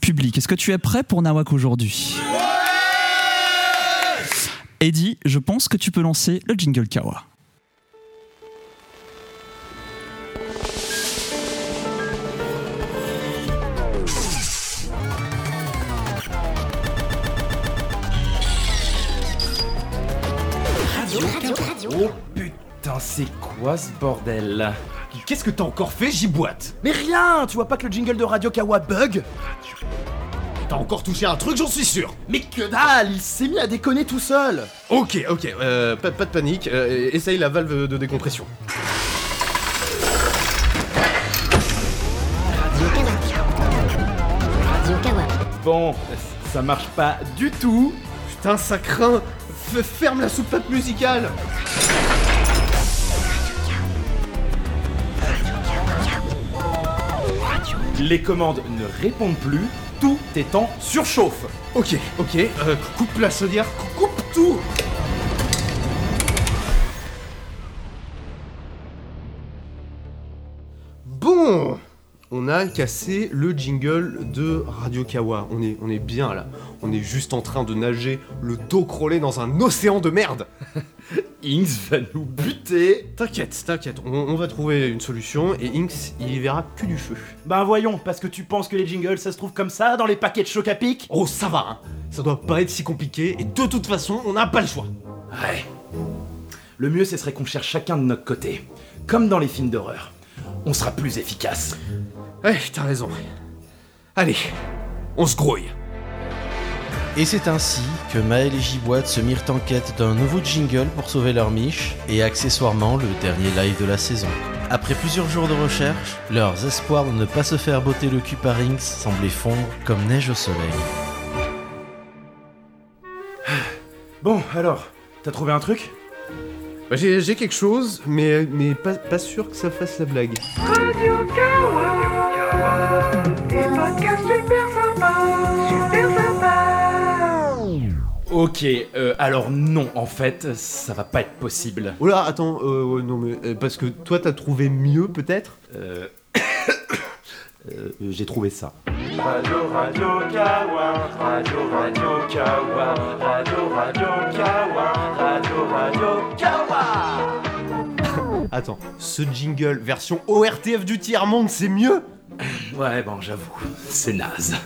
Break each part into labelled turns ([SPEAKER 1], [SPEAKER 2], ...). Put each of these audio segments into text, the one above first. [SPEAKER 1] public. Est-ce que tu es prêt pour Nawak aujourd'hui Eddie, je pense que tu peux lancer le jingle Kawa.
[SPEAKER 2] Oh putain, c'est quoi ce bordel Qu'est-ce que t'as encore fait, Giboite
[SPEAKER 3] Mais rien Tu vois pas que le jingle de Radio Kawa bug
[SPEAKER 2] T'as encore touché un truc, j'en suis sûr Oh
[SPEAKER 3] Mais que dalle Il s'est mis à déconner tout seul
[SPEAKER 2] Ok, ok, euh, pas, pas de panique, euh, essaye la valve de décompression.
[SPEAKER 4] Radio Kawa.
[SPEAKER 5] Bon, ça marche pas du tout.
[SPEAKER 2] Putain, ça craint F- Ferme la soupape musicale
[SPEAKER 5] Les commandes ne répondent plus. Tout est en surchauffe.
[SPEAKER 2] Ok, ok, euh, coupe la chaudière, cou- coupe tout Bon On a cassé le jingle de Radio Kawa. On est, on est bien là. On est juste en train de nager, le dos crawlé dans un océan de merde
[SPEAKER 5] Ings va nous
[SPEAKER 2] Buté T'inquiète, t'inquiète, on, on va trouver une solution et Inks, il y verra que du feu.
[SPEAKER 5] Ben voyons, parce que tu penses que les jingles ça se trouve comme ça dans les paquets de choc à pic
[SPEAKER 2] Oh, ça va, hein Ça doit pas être si compliqué et de toute façon, on n'a pas le choix
[SPEAKER 5] Ouais. Le mieux ce serait qu'on cherche chacun de notre côté. Comme dans les films d'horreur. On sera plus efficace.
[SPEAKER 2] Ouais, t'as raison. Allez, on se grouille.
[SPEAKER 6] Et c'est ainsi que Maël et Giboite se mirent en quête d'un nouveau jingle pour sauver leur miche et accessoirement le dernier live de la saison. Après plusieurs jours de recherche, leurs espoirs de ne pas se faire botter le cul par Inks semblaient fondre comme neige au soleil.
[SPEAKER 5] Bon, alors, t'as trouvé un truc
[SPEAKER 2] Bah, j'ai, j'ai quelque chose, mais, mais pas, pas sûr que ça fasse la blague.
[SPEAKER 7] Des podcasts super sympas, super sympas.
[SPEAKER 5] Ok, euh, alors non, en fait, ça va pas être possible.
[SPEAKER 2] Oh là, attends, euh, ouais, non mais euh, parce que toi t'as trouvé mieux peut-être
[SPEAKER 5] Euh... euh, J'ai trouvé ça.
[SPEAKER 2] Attends, ce jingle version ORTF du tiers monde, c'est mieux
[SPEAKER 5] Ouais, bon, j'avoue, c'est naze.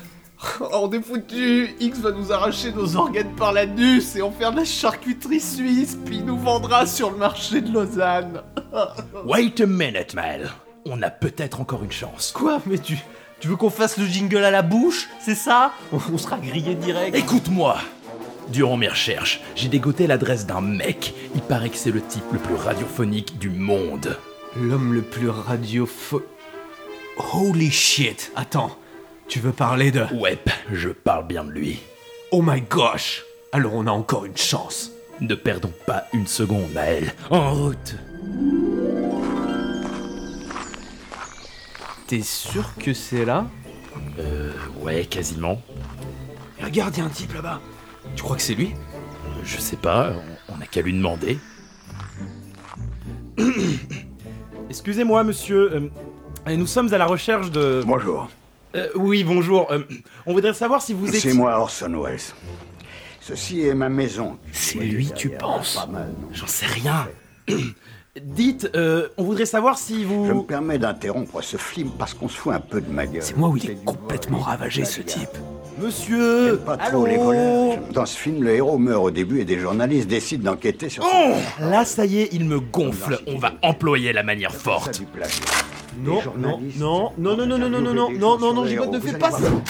[SPEAKER 2] Oh, on est foutu X va nous arracher nos organes par la nuce et en faire de la charcuterie suisse, puis il nous vendra sur le marché de Lausanne.
[SPEAKER 5] Wait a minute, Mael. On a peut-être encore une chance.
[SPEAKER 2] Quoi Mais tu, tu veux qu'on fasse le jingle à la bouche C'est ça on, on sera grillé direct.
[SPEAKER 5] Écoute-moi Durant mes recherches, j'ai dégoté l'adresse d'un mec. Il paraît que c'est le type le plus radiophonique du monde.
[SPEAKER 2] L'homme le plus radiopho... Holy shit Attends, tu veux parler de...
[SPEAKER 5] Ouais, je parle bien de lui.
[SPEAKER 2] Oh my gosh Alors on a encore une chance.
[SPEAKER 5] Ne perdons pas une seconde, Maël. En route
[SPEAKER 2] T'es sûr que c'est là
[SPEAKER 5] Ouais, quasiment.
[SPEAKER 2] Regarde, y a un type là-bas. Tu crois que c'est lui
[SPEAKER 5] Euh, Je sais pas, on n'a qu'à lui demander. Excusez-moi, monsieur. euh, nous sommes à la recherche de.
[SPEAKER 8] Bonjour,
[SPEAKER 5] Euh, oui, bonjour. euh, on voudrait savoir si vous êtes.
[SPEAKER 8] c'est moi Orson Welles. Ceci est ma maison.
[SPEAKER 5] C'est lui, tu penses
[SPEAKER 8] Pas mal, non
[SPEAKER 5] J'en sais rien. Dites, euh, on voudrait savoir si
[SPEAKER 8] Je me
[SPEAKER 5] vous.
[SPEAKER 8] permets d'interrompre ce film parce qu'on se fout un peu de ma gueule.
[SPEAKER 2] C'est moi où il est complètement ravagé ce type.
[SPEAKER 5] Monsieur
[SPEAKER 8] Pas
[SPEAKER 5] allô
[SPEAKER 8] trop les voleurs. Dans ce film, le héros meurt au début et des journalistes décident d'enquêter sur
[SPEAKER 5] Bon, Oh là ça y est, il me gonfle. On va employer la manière
[SPEAKER 8] ça
[SPEAKER 5] forte.
[SPEAKER 8] du plagiat.
[SPEAKER 2] Non,
[SPEAKER 8] Les journalistes
[SPEAKER 2] non, non, non, non, non, non, non, non,
[SPEAKER 8] interviewent
[SPEAKER 2] non,
[SPEAKER 8] des gens
[SPEAKER 2] non, non,
[SPEAKER 8] sur
[SPEAKER 2] Gibotte,
[SPEAKER 8] les
[SPEAKER 2] ne
[SPEAKER 8] héros.
[SPEAKER 2] fais
[SPEAKER 8] Vous
[SPEAKER 2] pas
[SPEAKER 8] allez
[SPEAKER 2] ça.
[SPEAKER 8] voir.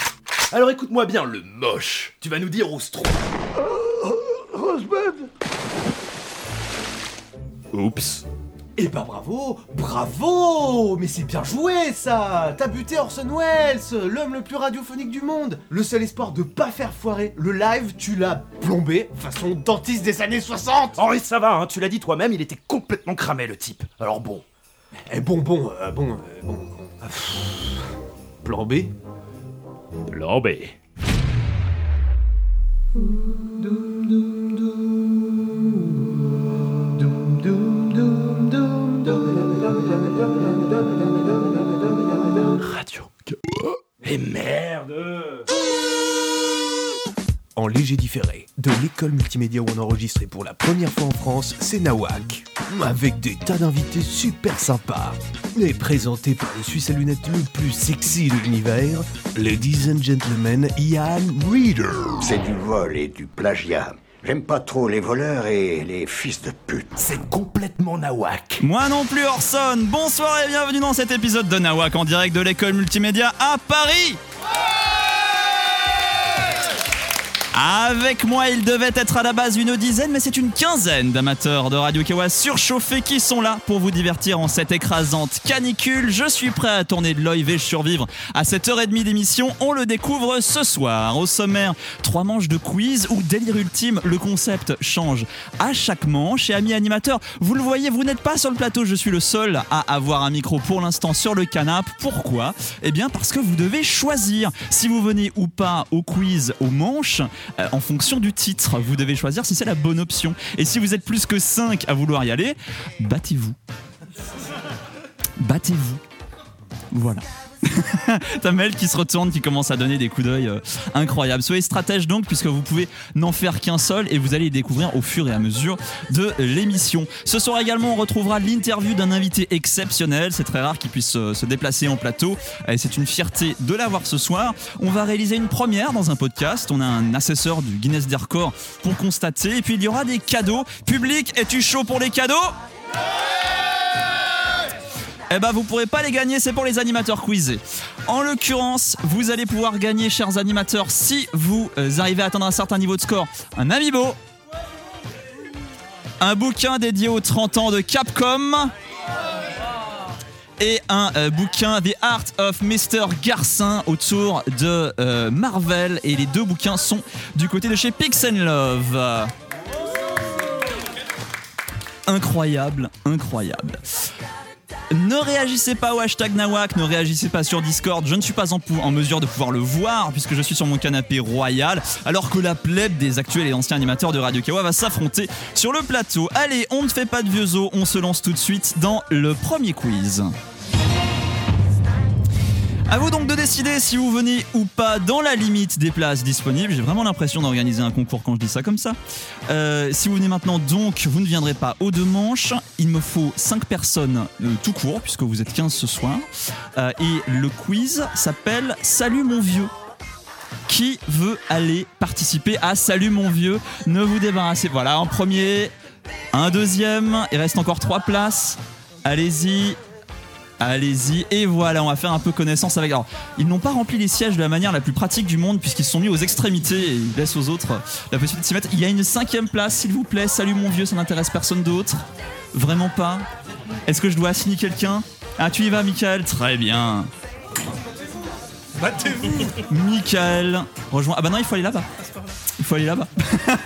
[SPEAKER 5] Alors écoute-moi bien, le moche. Tu vas nous dire où se trouve.
[SPEAKER 2] Oups.
[SPEAKER 3] Eh ben bravo Bravo Mais c'est bien joué ça T'as buté Orson Welles, l'homme le plus radiophonique du monde Le seul espoir de pas faire foirer le live, tu l'as plombé façon dentiste des années 60
[SPEAKER 5] Oh, et ça va, hein, tu l'as dit toi-même, il était complètement cramé le type. Alors bon.
[SPEAKER 2] Eh bon, bon, euh, bon, euh, bon. Ah, pff. Plan B
[SPEAKER 5] Plan B. Radio. Et merde en léger différé. De l'école multimédia où on enregistrait pour la première fois en France, c'est Nawak. Avec des tas d'invités super sympas. Et présenté par le Suisse à lunettes le plus sexy de l'univers, Ladies and Gentlemen, Ian Reader.
[SPEAKER 9] C'est du vol et du plagiat. J'aime pas trop les voleurs et les fils de pute.
[SPEAKER 10] C'est complètement nawak.
[SPEAKER 1] Moi non plus Orson, bonsoir et bienvenue dans cet épisode de Nawak en direct de l'école multimédia à Paris Avec moi, il devait être à la base une dizaine, mais c'est une quinzaine d'amateurs de Radio Kawa surchauffés qui sont là pour vous divertir en cette écrasante canicule. Je suis prêt à tourner de l'œil, vais-je survivre à cette heure et demie d'émission On le découvre ce soir. Au sommaire, trois manches de quiz ou délire ultime, le concept change à chaque manche. Et amis animateurs, vous le voyez, vous n'êtes pas sur le plateau, je suis le seul à avoir un micro pour l'instant sur le canapé. Pourquoi Eh bien parce que vous devez choisir si vous venez ou pas au quiz aux manches euh, en fonction du titre. Vous devez choisir si c'est la bonne option. Et si vous êtes plus que 5 à vouloir y aller, battez-vous. Battez-vous. Voilà. T'as Mel qui se retourne, qui commence à donner des coups d'œil euh, incroyables. Soyez stratège donc, puisque vous pouvez n'en faire qu'un seul et vous allez les découvrir au fur et à mesure de l'émission. Ce soir également, on retrouvera l'interview d'un invité exceptionnel. C'est très rare qu'il puisse euh, se déplacer en plateau et c'est une fierté de l'avoir ce soir. On va réaliser une première dans un podcast. On a un assesseur du Guinness des records pour constater. Et puis il y aura des cadeaux. Public, es-tu chaud pour les cadeaux eh ben vous pourrez pas les gagner, c'est pour les animateurs quizzés. En l'occurrence, vous allez pouvoir gagner, chers animateurs, si vous euh, arrivez à atteindre un certain niveau de score, un amiibo, un bouquin dédié aux 30 ans de Capcom et un euh, bouquin The Art of Mr. Garcin autour de euh, Marvel et les deux bouquins sont du côté de chez Pix Love. Incroyable, incroyable. Ne réagissez pas au hashtag Nawak, ne réagissez pas sur Discord, je ne suis pas en, pou- en mesure de pouvoir le voir puisque je suis sur mon canapé royal, alors que la plèbe des actuels et anciens animateurs de Radio Kawa va s'affronter sur le plateau. Allez, on ne fait pas de vieux os, on se lance tout de suite dans le premier quiz. À vous donc de décider si vous venez ou pas dans la limite des places disponibles. J'ai vraiment l'impression d'organiser un concours quand je dis ça comme ça. Euh, si vous venez maintenant, donc, vous ne viendrez pas aux deux manches. Il me faut 5 personnes euh, tout court, puisque vous êtes 15 ce soir. Euh, et le quiz s'appelle Salut mon vieux. Qui veut aller participer à Salut mon vieux Ne vous débarrassez. Voilà, un premier, un deuxième. Il reste encore 3 places. Allez-y, Allez-y, et voilà, on va faire un peu connaissance avec. Alors, ils n'ont pas rempli les sièges de la manière la plus pratique du monde, puisqu'ils se sont mis aux extrémités et ils laissent aux autres la possibilité de s'y mettre. Il y a une cinquième place, s'il vous plaît. Salut mon vieux, ça n'intéresse personne d'autre. Vraiment pas. Est-ce que je dois assigner quelqu'un Ah, tu y vas, Michael Très bien. Battez-vous Michael, rejoins. Ah bah non, il faut aller là-bas. Il faut aller là-bas.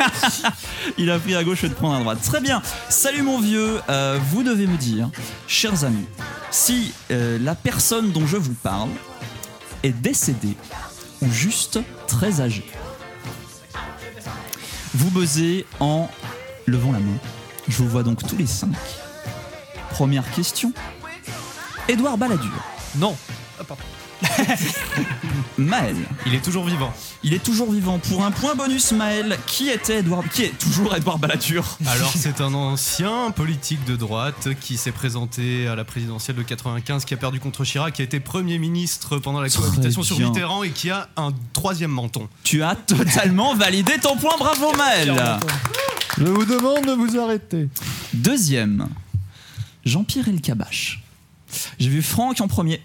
[SPEAKER 1] Il a pris à gauche et de prendre à droite. Très bien. Salut mon vieux. Euh, vous devez me dire, chers amis, si euh, la personne dont je vous parle est décédée ou juste très âgée. Vous buzzez en levant la main. Je vous vois donc tous les cinq. Première question. Édouard Balladur.
[SPEAKER 2] Non. Ah,
[SPEAKER 1] Maël.
[SPEAKER 2] Il est toujours vivant.
[SPEAKER 1] Il est toujours vivant. Pour un point bonus, Maël, qui était Edouard, qui est toujours Edouard Balladur
[SPEAKER 2] Alors c'est un ancien politique de droite qui s'est présenté à la présidentielle de 95, qui a perdu contre Chirac, qui a été premier ministre pendant la
[SPEAKER 1] Très
[SPEAKER 2] cohabitation sur
[SPEAKER 1] bien.
[SPEAKER 2] Mitterrand et qui a un troisième menton.
[SPEAKER 1] Tu as totalement validé ton point, bravo Maël.
[SPEAKER 11] Je vous demande de vous arrêter.
[SPEAKER 1] Deuxième, Jean-Pierre Elkabach. J'ai vu Franck en premier.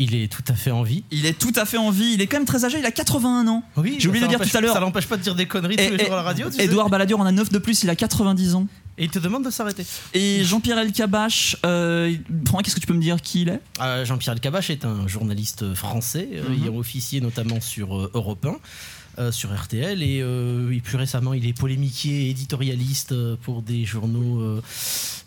[SPEAKER 6] Il est tout à fait en vie.
[SPEAKER 1] Il est tout à fait en vie. Il est quand même très âgé. Il a 81 ans.
[SPEAKER 6] Oui,
[SPEAKER 1] J'ai oublié
[SPEAKER 6] ça
[SPEAKER 1] de dire
[SPEAKER 6] l'empêche-
[SPEAKER 1] tout à l'heure.
[SPEAKER 6] Ça l'empêche pas de dire des conneries
[SPEAKER 1] Et-
[SPEAKER 6] tous les
[SPEAKER 1] et-
[SPEAKER 6] jours à la radio. tu sais.
[SPEAKER 1] Édouard Balladur en a 9 de plus. Il a 90 ans.
[SPEAKER 6] Et il te demande de s'arrêter.
[SPEAKER 1] Et Jean-Pierre Elkabach, euh, Franck, est-ce que tu peux me dire qui il est
[SPEAKER 6] Euh, Jean-Pierre Elkabach est un journaliste français, euh,
[SPEAKER 1] Mhm.
[SPEAKER 6] ayant officié notamment sur euh, Europe 1. euh, sur RTL et, euh, et plus récemment il est polémiquier et éditorialiste euh, pour des journaux euh,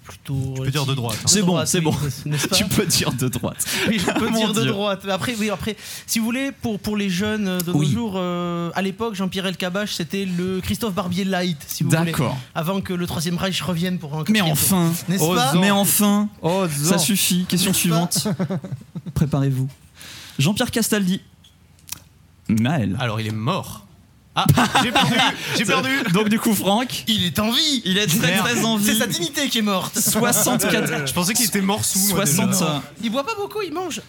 [SPEAKER 6] plutôt
[SPEAKER 2] peux dire de droite, hein.
[SPEAKER 1] C'est bon, c'est bon.
[SPEAKER 6] n'est-ce pas
[SPEAKER 1] Tu peux dire de droite.
[SPEAKER 6] Oui, je peux
[SPEAKER 1] Mon
[SPEAKER 6] dire de
[SPEAKER 1] Dieu.
[SPEAKER 6] droite. Mais Après, oui, après, si vous voulez, pour, pour les jeunes euh, de
[SPEAKER 1] Oui.
[SPEAKER 6] nos jours, euh, à l'époque, Jean-Pierre Elkabach, c'était le Christophe Barbier light, si vous voulez.
[SPEAKER 1] D'accord.
[SPEAKER 6] Avant que le Troisième Reich revienne pour un
[SPEAKER 1] Mais
[SPEAKER 6] quatrième tour.
[SPEAKER 1] enfin,
[SPEAKER 6] N'est-ce
[SPEAKER 2] Oh,
[SPEAKER 6] pas
[SPEAKER 1] mais enfin,
[SPEAKER 11] Oh,
[SPEAKER 1] ça
[SPEAKER 11] Zan.
[SPEAKER 1] suffit. Question suivante. Préparez-vous. Jean-Pierre Castaldi. Maël.
[SPEAKER 2] Alors il est mort. Ah, j'ai perdu, j'ai perdu.
[SPEAKER 1] Donc du coup, Franck,
[SPEAKER 6] il est en vie.
[SPEAKER 1] Il est très
[SPEAKER 2] Merde.
[SPEAKER 1] très en vie.
[SPEAKER 6] C'est sa dignité qui est morte.
[SPEAKER 1] 64.
[SPEAKER 2] Je pensais qu'il était mort sous. moi, déjà.
[SPEAKER 1] 60.
[SPEAKER 6] Il boit pas beaucoup, il mange.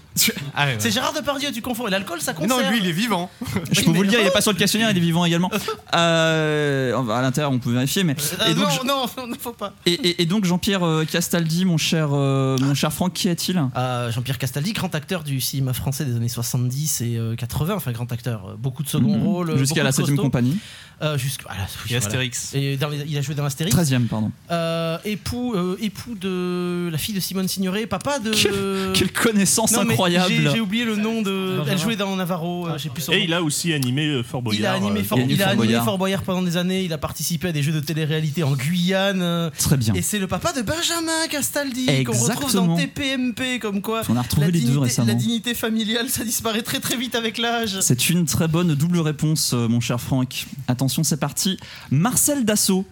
[SPEAKER 2] Ah ouais, ouais.
[SPEAKER 6] C'est Gérard Depardieu, tu confonds. Et l'alcool, ça
[SPEAKER 2] Mais
[SPEAKER 6] conserve.
[SPEAKER 2] non, lui, il est vivant.
[SPEAKER 1] Je peux vous le dire, il est pas sur le questionnaire, il est vivant également. Euh, à l'intérieur, on peut vérifier, mais.
[SPEAKER 6] Euh,
[SPEAKER 1] Et donc,
[SPEAKER 6] non, non, non, faut pas.
[SPEAKER 1] et, et- et donc Jean-Pierre euh, Castaldi, mon cher, euh, mon cher Franck, qui est-il
[SPEAKER 6] Euh, Jean-Pierre Castaldi, grand acteur du cinéma français des années 70 et euh, 80, enfin grand acteur, euh, beaucoup de
[SPEAKER 2] Mhm.
[SPEAKER 6] second rôle, euh,
[SPEAKER 1] Jusqu'à la
[SPEAKER 6] beaucoup de
[SPEAKER 1] 7ème
[SPEAKER 6] costauds.
[SPEAKER 1] compagnie.
[SPEAKER 6] Euh, jusqu'à- voilà, oui,
[SPEAKER 2] Et
[SPEAKER 6] voilà.
[SPEAKER 2] Astérix.
[SPEAKER 6] Et dans les- il a joué dans Astérix.
[SPEAKER 1] 13ème, pardon.
[SPEAKER 6] Euh, époux, euh, époux de la fille de Simone Signoret, papa de.
[SPEAKER 1] Quelle connaissance
[SPEAKER 6] Non, mais j'ai- J'ai
[SPEAKER 1] incroyable
[SPEAKER 6] oublié le nom de. Elle jouait dans Navarro, euh, j'ai plus son nom.
[SPEAKER 12] Et il a aussi animé euh, Fort Boyard.
[SPEAKER 6] Il a animé,
[SPEAKER 12] euh,
[SPEAKER 6] Fort,
[SPEAKER 1] il a animé
[SPEAKER 6] il a
[SPEAKER 1] Fort
[SPEAKER 6] animé
[SPEAKER 1] Boyard.
[SPEAKER 6] Fort Boyard pendant des années, il a participé à des jeux de télé-réalité en Guyane. euh,
[SPEAKER 1] Très bien.
[SPEAKER 6] Et c'est le papa de Benjamin Castaldi qu'on retrouve
[SPEAKER 1] Exactement.
[SPEAKER 6] dans TPMP, comme quoi
[SPEAKER 1] On a retrouvé les deux
[SPEAKER 6] dignité,
[SPEAKER 1] récemment.
[SPEAKER 6] la dignité familiale, ça disparaît très très vite avec l'âge.
[SPEAKER 1] C'est une très bonne double réponse, euh, mon cher Franck. Attention, c'est parti. Marcel Dassault.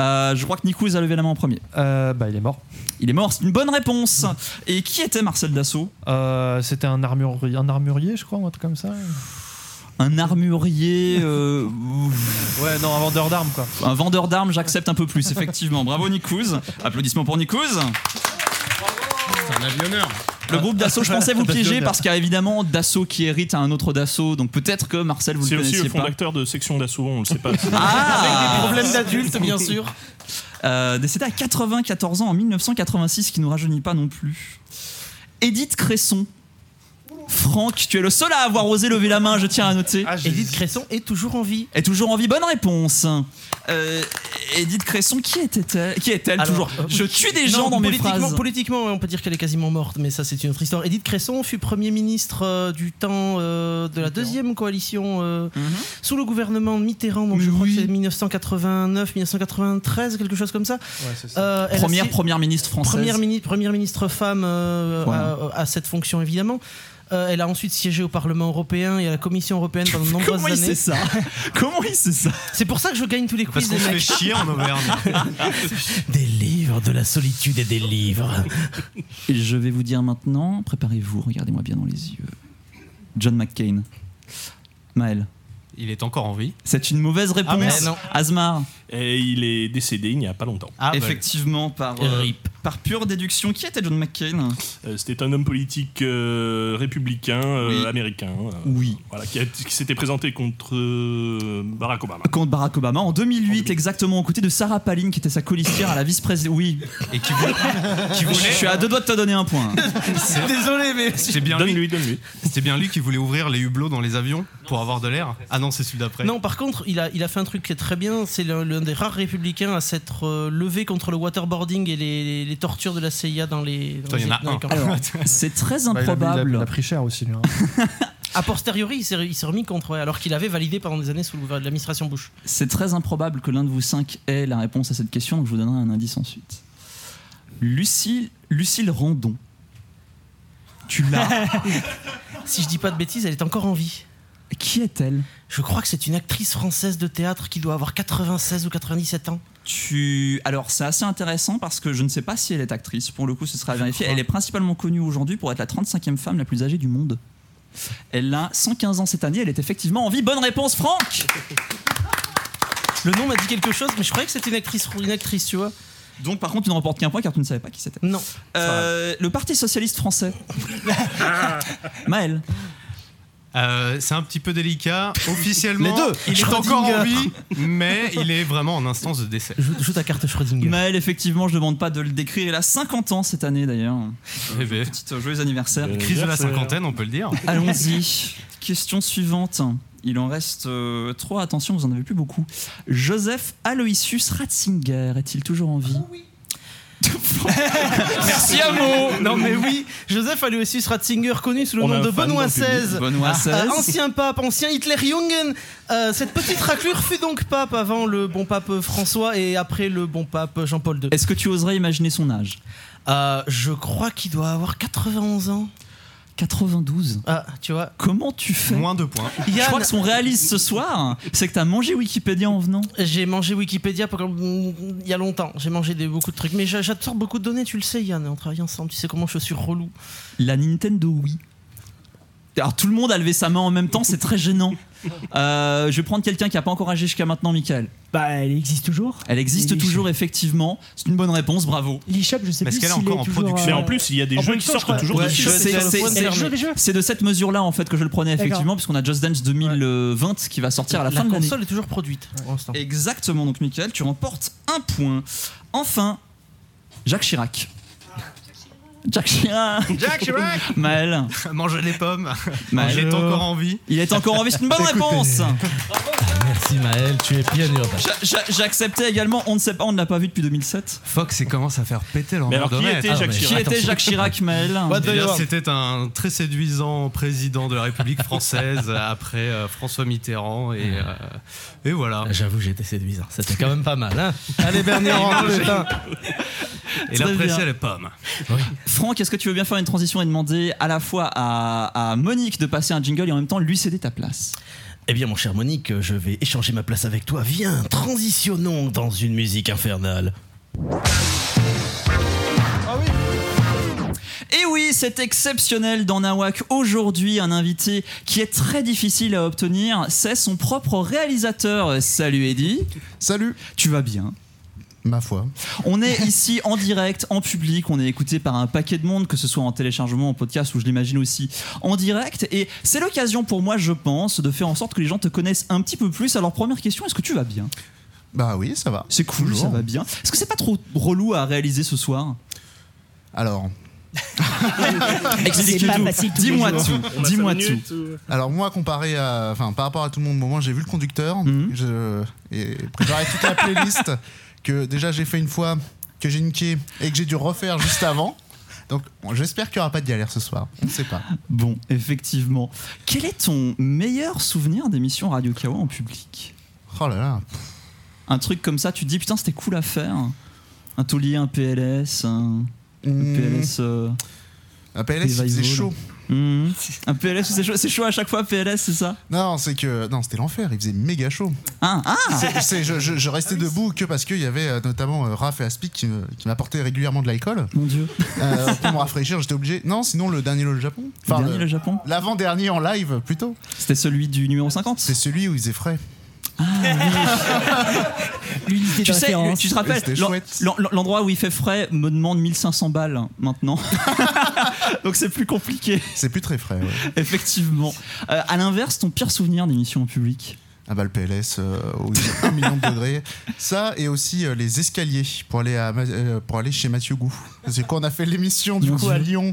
[SPEAKER 1] Euh, je crois que Nicouz a levé la main en premier.
[SPEAKER 11] Euh, bah, il est mort.
[SPEAKER 1] Il est mort, c'est une bonne réponse. Et qui était Marcel Dassault
[SPEAKER 11] Euh, C'était un, armurier- un armurier, je crois, ou un truc comme ça.
[SPEAKER 1] Un armurier, euh, ouf,
[SPEAKER 11] Ouais, non, un vendeur d'armes, quoi.
[SPEAKER 1] un vendeur d'armes, j'accepte un peu plus, effectivement. Bravo Nicouz. Applaudissements pour Nicouz.
[SPEAKER 13] C'est un avionneur.
[SPEAKER 1] Le groupe Dassault, je pensais vous
[SPEAKER 11] Dassault
[SPEAKER 1] piéger
[SPEAKER 11] d'honneur.
[SPEAKER 1] parce qu'il y a évidemment Dassault qui hérite à un autre Dassault, donc peut-être que Marcel vous
[SPEAKER 12] C'est
[SPEAKER 1] le
[SPEAKER 12] aussi
[SPEAKER 1] connaissiez
[SPEAKER 12] le
[SPEAKER 1] pas.
[SPEAKER 12] fondateur de section d'assaut, on le sait pas.
[SPEAKER 1] Ah
[SPEAKER 6] Problème d'adulte, bien sûr.
[SPEAKER 1] Euh, décédé à 94 ans en 1986, qui nous rajeunit pas non plus. Édith Cresson. Franck, tu es le seul à avoir osé lever la main, je tiens à noter.
[SPEAKER 6] Edith Ah, Cresson est toujours en vie.
[SPEAKER 1] Est toujours en vie, bonne réponse. Euh, Édith Cresson, qui était-elle Qui est-elle
[SPEAKER 6] Alors,
[SPEAKER 1] toujours
[SPEAKER 6] euh,
[SPEAKER 1] Je tue des gens
[SPEAKER 6] non,
[SPEAKER 1] dans mes
[SPEAKER 6] politiquement-
[SPEAKER 1] phrases.
[SPEAKER 6] Politiquement, on peut dire qu'elle est quasiment morte, mais ça, c'est une autre histoire. Edith Cresson fut Premier ministre euh, du temps euh, de la deuxième coalition euh,
[SPEAKER 1] Mhm.
[SPEAKER 6] sous le gouvernement de Mitterrand, donc je crois que c'est 1989, 1993, quelque chose comme ça. Euh, elle a
[SPEAKER 1] Première
[SPEAKER 6] sié-
[SPEAKER 1] première ministre française.
[SPEAKER 6] première, ministre, première ministre femme euh,
[SPEAKER 1] Voilà.
[SPEAKER 6] à, à cette fonction, évidemment. Euh, elle a ensuite siégé au Parlement européen et à la Commission européenne pendant de nombreuses
[SPEAKER 1] Comment il sait
[SPEAKER 6] années.
[SPEAKER 1] ça Comment il sait ça
[SPEAKER 6] C'est pour ça que je gagne tous les
[SPEAKER 2] Parce
[SPEAKER 6] quiz.
[SPEAKER 2] qu'on
[SPEAKER 6] les
[SPEAKER 2] se fait
[SPEAKER 6] mecs.
[SPEAKER 2] chier en Auvergne.
[SPEAKER 6] Des livres, de la solitude et des livres.
[SPEAKER 1] Et je vais vous dire maintenant, préparez-vous, regardez-moi bien dans les yeux. John McCain. Maël.
[SPEAKER 2] Il est encore en vie.
[SPEAKER 1] C'est une mauvaise
[SPEAKER 2] Ah,
[SPEAKER 1] réponse.
[SPEAKER 2] merde, non.
[SPEAKER 1] Asmar.
[SPEAKER 12] Et il est décédé il n'y a pas longtemps.
[SPEAKER 2] Ah, bah,
[SPEAKER 1] Effectivement, par, euh,
[SPEAKER 6] Rip.
[SPEAKER 1] par pure déduction, qui était John McCain
[SPEAKER 12] Euh, C'était un homme politique euh, républicain euh,
[SPEAKER 1] Oui.
[SPEAKER 12] américain. euh,
[SPEAKER 1] Oui.
[SPEAKER 12] Voilà, qui, a- qui s'était présenté contre euh, Barack Obama.
[SPEAKER 1] Contre Barack Obama en 2008,
[SPEAKER 2] Oh,
[SPEAKER 1] exactement, aux côtés de Sarah Palin, qui était sa colistière à la vice-présidente. Oui,
[SPEAKER 2] Et qui voulait. qui
[SPEAKER 1] je
[SPEAKER 2] voulait-
[SPEAKER 1] suis à deux doigts de te donner un point.
[SPEAKER 6] Désolé, mais
[SPEAKER 2] C'était bien lui.
[SPEAKER 12] Donne-lui, donne-lui.
[SPEAKER 2] C'était bien lui qui voulait ouvrir les hublots dans les avions pour avoir de l'air. Ah non, c'est celui d'après.
[SPEAKER 6] Non, par contre, il a, il a fait un truc qui est très bien. C'est l'un l'un des rares républicains à s'être euh, levé contre le waterboarding et les, les- les tortures de la CIA dans les. Dans
[SPEAKER 2] Putain,
[SPEAKER 6] les-
[SPEAKER 2] il y en a
[SPEAKER 6] dans les
[SPEAKER 2] un.
[SPEAKER 6] camps.
[SPEAKER 1] Alors, c'est très
[SPEAKER 11] Bah, il, a, mis- il a- il
[SPEAKER 1] improbable.
[SPEAKER 11] a pris cher aussi, lui. hein.
[SPEAKER 6] A posteriori, il s'est il s'est remis contre, ouais, alors qu'il avait validé pendant des années sous le- l'administration Bush.
[SPEAKER 1] C'est très improbable que l'un de vous cinq ait la réponse à cette question, donc je vous donnerai un indice ensuite. Lucille, Lucille Randon. Tu l'as.
[SPEAKER 6] Si je dis pas de bêtises, elle est encore en vie.
[SPEAKER 1] Qui est-elle
[SPEAKER 6] Je crois que c'est une actrice française de théâtre qui doit avoir 96 ou 97 ans.
[SPEAKER 1] Tu... Alors, c'est assez intéressant parce que je ne sais pas si elle est actrice. Pour le coup, ce sera à vérifier.
[SPEAKER 6] crois.
[SPEAKER 1] Elle est principalement connue aujourd'hui pour être la 35e femme la plus âgée du monde. Elle a 115 ans cette année. Elle est effectivement en vie. Bonne réponse, Franck
[SPEAKER 6] Le nom m'a dit quelque chose, mais je croyais que c'était une actrice, une actrice, tu vois.
[SPEAKER 1] Donc, par contre, tu ne remportes qu'un point car tu ne savais pas qui c'était.
[SPEAKER 6] Non.
[SPEAKER 1] Euh, le Parti Socialiste Français. Maël.
[SPEAKER 2] Euh, c'est un petit peu délicat. Officiellement,
[SPEAKER 11] Les deux.
[SPEAKER 2] il est encore en vie, mais il est vraiment en instance de décès.
[SPEAKER 6] Joue, joue ta carte Schrödinger.
[SPEAKER 1] Maël, effectivement, je ne demande pas de le décrire. Elle a 50 ans cette année d'ailleurs.
[SPEAKER 2] Eh ben,
[SPEAKER 1] Petite euh, joyeux anniversaire.
[SPEAKER 2] Crise de la cinquantaine, on peut le dire.
[SPEAKER 1] Allons-y. Question suivante. Il en reste euh, trois. Attention, vous en avez plus beaucoup. Joseph Aloysius Ratzinger est-il toujours en vie
[SPEAKER 6] Merci à vous Non mais oui, Joseph Aloysius Ratzinger, connu sous le
[SPEAKER 12] On a
[SPEAKER 6] nom
[SPEAKER 12] un
[SPEAKER 6] de
[SPEAKER 12] fan dans
[SPEAKER 6] Benoît
[SPEAKER 12] le public.
[SPEAKER 6] XVI.
[SPEAKER 1] Benoît XVI.
[SPEAKER 6] Euh, ancien pape, ancien Hitler-Jungen. Euh, cette petite raclure fut donc pape avant le bon pape François et après le bon pape Jean-Paul II.
[SPEAKER 1] Est-ce que tu oserais imaginer son âge
[SPEAKER 6] Euh, je crois qu'il doit avoir 91 ans.
[SPEAKER 1] 92.
[SPEAKER 6] Ah, tu vois.
[SPEAKER 1] Comment tu fais
[SPEAKER 2] Moins de points.
[SPEAKER 1] Je crois
[SPEAKER 6] Yann,
[SPEAKER 1] que ce qu'on réalise ce soir, c'est que t'as mangé Wikipédia en venant.
[SPEAKER 6] j'ai mangé Wikipédia pour- il y a longtemps. J'ai mangé des, beaucoup de trucs. Mais j'a- j'absorbe beaucoup de données, tu le sais, Yann. On travaille ensemble. Tu sais comment je suis relou.
[SPEAKER 1] La Nintendo Wii. Alors tout le monde a levé sa main en même temps, c'est très gênant. Euh, je vais prendre quelqu'un qui n'a pas encore agi jusqu'à maintenant, Michael.
[SPEAKER 14] Bah, elle existe toujours.
[SPEAKER 1] Elle existe
[SPEAKER 14] Il est-
[SPEAKER 1] toujours, effectivement. C'est une bonne réponse, bravo.
[SPEAKER 14] L'eShop, je sais
[SPEAKER 1] Parce
[SPEAKER 14] plus
[SPEAKER 1] qu'elle est
[SPEAKER 14] s'il
[SPEAKER 1] encore
[SPEAKER 14] est
[SPEAKER 1] en
[SPEAKER 14] toujours, euh,
[SPEAKER 1] production.
[SPEAKER 12] Mais en plus, il y a des
[SPEAKER 14] en
[SPEAKER 12] jeux qui
[SPEAKER 14] production,
[SPEAKER 12] sortent
[SPEAKER 14] je crois.
[SPEAKER 12] toujours
[SPEAKER 14] Ouais,
[SPEAKER 12] dessus.
[SPEAKER 14] je
[SPEAKER 12] C'est-
[SPEAKER 14] sais,
[SPEAKER 12] c'est-
[SPEAKER 14] c'est-
[SPEAKER 12] c'est-
[SPEAKER 14] elle joue les jeux.
[SPEAKER 1] C'est de cette mesure-là en fait que je le prenais
[SPEAKER 6] D'accord.
[SPEAKER 1] effectivement, puisqu'on a Just Dance 2020 qui va sortir à la,
[SPEAKER 6] La
[SPEAKER 1] fin de l'année.
[SPEAKER 6] console est toujours produite pour l'instant.
[SPEAKER 1] Exactement, donc Michael, tu remportes un point. Enfin, Jacques Chirac. Jacques Chirac
[SPEAKER 2] Jacques Chirac
[SPEAKER 1] Maël
[SPEAKER 2] Mangez des pommes.
[SPEAKER 1] Maël.
[SPEAKER 2] J'ai encore envie.
[SPEAKER 1] Il est encore en vie, c'est une bonne
[SPEAKER 2] Écoutez.
[SPEAKER 1] réponse
[SPEAKER 6] Ah, Merci Maël, tu es pionnier.
[SPEAKER 1] J'a- j'a- J'acceptais également, on ne sait pas, on ne l'a pas vu depuis 2007.
[SPEAKER 2] Fox et commence à faire péter leur
[SPEAKER 1] Ah,
[SPEAKER 2] Ah,
[SPEAKER 1] Mais alors, qui
[SPEAKER 2] bordelette.
[SPEAKER 1] était Jacques Chirac Qui était Jacques Chirac, Maël
[SPEAKER 2] Eh bien,
[SPEAKER 1] What the world
[SPEAKER 2] C'était un très séduisant président de la République française après euh, François Mitterrand et, euh, et voilà.
[SPEAKER 6] J'avoue, j'étais séduisant. C'était quand même pas mal. Hein
[SPEAKER 2] Allez, Bernier, rentre le pain. Et
[SPEAKER 1] Très
[SPEAKER 2] la pressée,
[SPEAKER 1] bien.
[SPEAKER 2] elle est pomme.
[SPEAKER 1] Franck, est-ce que tu veux bien faire une transition et demander à la fois à, à Monique de passer un jingle et en même temps lui céder ta place
[SPEAKER 6] Eh bien, mon cher Monique, je vais échanger ma place avec toi. Viens, transitionnons dans une musique infernale.
[SPEAKER 1] Et oui, c'est exceptionnel dans Nawak aujourd'hui, un invité qui est très difficile à obtenir, c'est son propre réalisateur. Salut Eddy. Salut. Tu vas bien
[SPEAKER 8] Ma foi.
[SPEAKER 1] On est ici en direct, en public, on est écouté par un paquet de monde, que ce soit en téléchargement, en podcast ou je l'imagine aussi en direct. Et c'est l'occasion pour moi, je pense, de faire en sorte que les gens te connaissent un petit peu plus. Alors première question, est-ce que tu vas bien
[SPEAKER 8] Bah oui, ça va.
[SPEAKER 1] C'est cool, ça va bien. Est-ce que c'est pas trop relou à réaliser ce soir
[SPEAKER 8] Alors.
[SPEAKER 1] Explique-nous tout. Dis-moi tout. Dis-moi tout.
[SPEAKER 8] Alors moi, comparé à, enfin, par rapport à tout le monde, moment, j'ai vu le conducteur,
[SPEAKER 1] Mhm.
[SPEAKER 8] je et préparé toute la playlist que déjà j'ai fait une fois, que j'ai niqué et que j'ai dû refaire juste avant. Donc bon, j'espère qu'il n'y aura pas de galère ce soir. On ne sait pas.
[SPEAKER 1] Bon, effectivement. Quel est ton meilleur souvenir d'émission Radio Kawa en public
[SPEAKER 8] Oh là là.
[SPEAKER 1] Un truc comme ça, tu te dis putain, c'était cool à faire. Un taulier, un PLS, un
[SPEAKER 8] Mmh.
[SPEAKER 1] PLS. euh,
[SPEAKER 8] Un PLS, c'est
[SPEAKER 1] revival.
[SPEAKER 8] chaud.
[SPEAKER 1] Mmh. Un PLS, c'est chaud. C'est chaud à chaque fois, PLS, c'est ça
[SPEAKER 8] Non, c'est que non, c'était l'enfer. Il faisait méga chaud.
[SPEAKER 1] Ah, ah
[SPEAKER 8] C'est- c'est- je, je- je restais debout que parce qu'il y avait euh, notamment euh, Raph et Aspic qui, me- qui m'apportaient régulièrement de l'alcool. Euh,
[SPEAKER 1] Mon dieu.
[SPEAKER 8] pour me rafraîchir, j'étais obligé. Non, sinon le dernier lot le Japon.
[SPEAKER 1] Le dernier le Japon
[SPEAKER 8] L'avant-dernier en live plutôt.
[SPEAKER 1] C'était celui du numéro 50
[SPEAKER 8] C'est celui où ils effraient.
[SPEAKER 1] Mmh. L'unité tu
[SPEAKER 8] de
[SPEAKER 1] sais,
[SPEAKER 8] référence.
[SPEAKER 1] tu te rappelles,
[SPEAKER 8] C'était
[SPEAKER 1] l'en-
[SPEAKER 8] chouette.
[SPEAKER 1] l'en- l'en- l'endroit où il fait frais me demande 1500 balles hein, maintenant. Donc c'est plus compliqué.
[SPEAKER 8] C'est plus très frais, ouais.
[SPEAKER 1] Effectivement. Euh, à l'inverse, ton pire souvenir d'émission en public
[SPEAKER 8] Ah bah le PLS euh, où il fait 1 million de degrés. Ça et aussi euh, les escaliers pour aller, à Ma- euh, pour aller chez Mathieu Gou. Parce que quand on a fait l'émission du
[SPEAKER 1] Mon
[SPEAKER 8] coup
[SPEAKER 1] Dieu.
[SPEAKER 8] à Lyon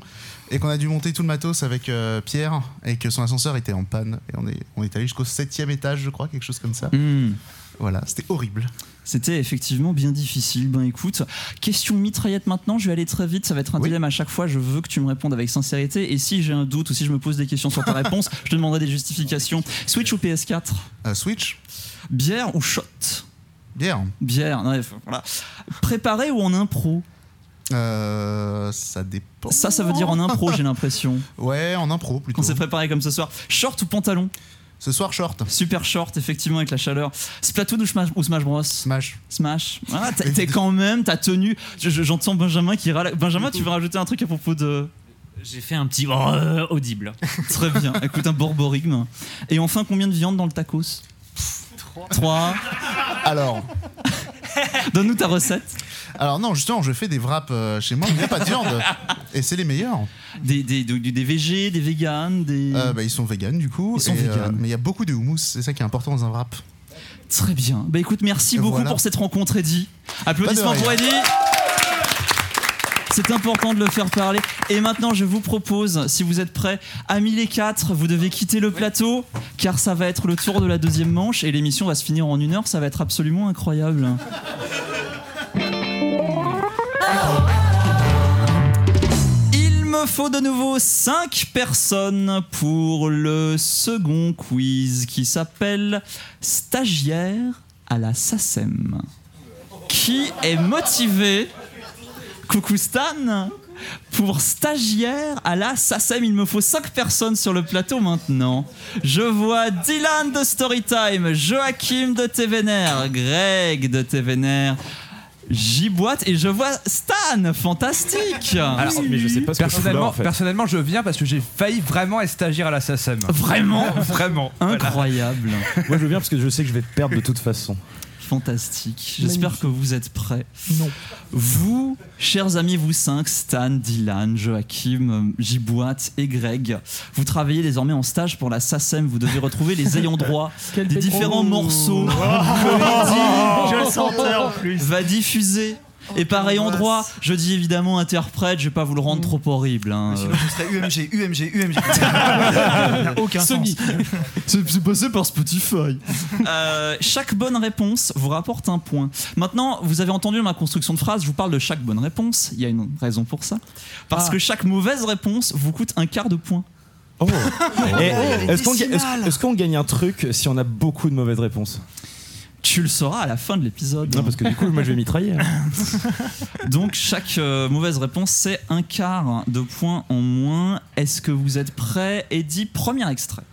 [SPEAKER 8] et qu'on a dû monter tout le matos avec euh, Pierre et que son ascenseur était en panne et on est, on est allé jusqu'au septième étage je crois, quelque chose comme ça.
[SPEAKER 1] Hmm.
[SPEAKER 8] Voilà, c'était horrible.
[SPEAKER 1] C'était effectivement bien difficile. Ben écoute, question mitraillette maintenant, je vais aller très vite, ça va être un dilemme à chaque fois, je veux que tu me répondes avec sincérité et si j'ai un doute ou si je me pose des questions sur ta réponse, je te demanderai des justifications. Switch ou PS4
[SPEAKER 8] Euh, Switch.
[SPEAKER 1] Bière ou shot
[SPEAKER 8] Bière.
[SPEAKER 1] Bière, bref, voilà. Préparé ou en impro
[SPEAKER 8] Euh, ça dépend.
[SPEAKER 1] Ça, ça veut dire en impro, j'ai l'impression.
[SPEAKER 8] Ouais, en impro plutôt.
[SPEAKER 1] Quand c'est préparé comme ce soir. Short ou pantalon
[SPEAKER 8] Ce soir, short.
[SPEAKER 1] Super short, effectivement, avec la chaleur. Splatoon ou Smash, ou Smash Bros
[SPEAKER 8] Smash.
[SPEAKER 1] Smash. Ah, t'es t'es quand même, t'as tenu. Je- je- J'entends Benjamin qui râle. Benjamin, tu veux rajouter un truc à propos de.
[SPEAKER 15] J'ai fait un petit brrr audible.
[SPEAKER 1] Très bien, écoute, un borborigme. Et enfin, combien de viande dans le tacos 3.
[SPEAKER 8] Alors.
[SPEAKER 1] Donne-nous ta recette.
[SPEAKER 8] Alors non, justement, je fais des wraps euh, chez moi, il n'y a pas de viande. Et c'est les meilleurs.
[SPEAKER 1] Des, des, VG, des véganes, des...
[SPEAKER 8] bah, ils sont véganes du coup.
[SPEAKER 1] Ils sont
[SPEAKER 8] et, euh,
[SPEAKER 1] véganes.
[SPEAKER 8] mais il y a beaucoup de houmous, c'est ça qui est important dans un wrap.
[SPEAKER 1] Très bien. Bah écoute, merci beaucoup
[SPEAKER 8] Voilà.
[SPEAKER 1] pour cette rencontre, Eddy. Applaudissements
[SPEAKER 8] Pas de
[SPEAKER 1] pour
[SPEAKER 8] rien.
[SPEAKER 1] Eddy. C'est important de le faire parler. Et maintenant, je vous propose, si vous êtes prêts, amis les quatre, vous devez quitter le plateau, car ça va être le tour de la deuxième manche et l'émission va se finir en une heure. Ça va être absolument incroyable. Il me faut de nouveau 5 personnes pour le second quiz qui s'appelle Stagiaire à la SACEM. Qui est motivé Coucou Stan pour stagiaire à la SACEM, il me faut 5 personnes sur le plateau maintenant. Je vois Dylan de Storytime, Joachim de TVNR, Greg de TVNR, J'y boite et je vois Stan, fantastique.
[SPEAKER 12] Alors, mais je sais pas ce que je fous là,
[SPEAKER 5] personnellement,
[SPEAKER 12] en fait.
[SPEAKER 5] personnellement, je viens parce que j'ai failli vraiment être stagiaire à la SACEM.
[SPEAKER 1] Vraiment
[SPEAKER 5] Vraiment.
[SPEAKER 1] Incroyable.
[SPEAKER 12] Moi, je viens parce que je sais que je vais perdre de toute façon.
[SPEAKER 1] Fantastique. J'espère que vous êtes prêts. Non. Vous, chers amis, vous cinq, Stan, Dylan, Joachim, Jiboite et Greg, vous travaillez désormais en stage pour la SACEM. Vous devez retrouver les ayants droit
[SPEAKER 16] Quel
[SPEAKER 1] des
[SPEAKER 16] pétro-
[SPEAKER 1] différents morceaux que
[SPEAKER 16] Oh,
[SPEAKER 1] Lydie
[SPEAKER 16] je le sentais en plus. Oh,
[SPEAKER 1] va diffuser. Et pareil
[SPEAKER 17] mince.
[SPEAKER 1] endroit, je dis évidemment interprète, je vais pas vous le
[SPEAKER 16] Mm.
[SPEAKER 1] rendre trop horrible. hein.
[SPEAKER 17] Sinon, ce serait UMG, UMG, UMG.
[SPEAKER 1] aucun C'est passé par Spotify. Euh, chaque bonne réponse vous rapporte un point. Maintenant, vous avez entendu ma construction de phrase, je vous parle de chaque bonne réponse. Il y a une raison pour ça. Parce
[SPEAKER 12] Ah.
[SPEAKER 1] que chaque mauvaise réponse vous coûte un quart de point.
[SPEAKER 12] Oh.
[SPEAKER 1] Et
[SPEAKER 12] eh, Est-ce qu'on ga-
[SPEAKER 1] décimales.
[SPEAKER 12] est-ce- est-ce qu'on gagne un truc si on a beaucoup de mauvaises réponses
[SPEAKER 1] Tu le sauras à la fin de l'épisode. hein.
[SPEAKER 12] Non, parce que hein. du coup, moi, je vais mitrailler.
[SPEAKER 1] Donc, chaque euh, mauvaise réponse, c'est un quart de point en moins. Est-ce que vous êtes prêts Eddie, premier extrait.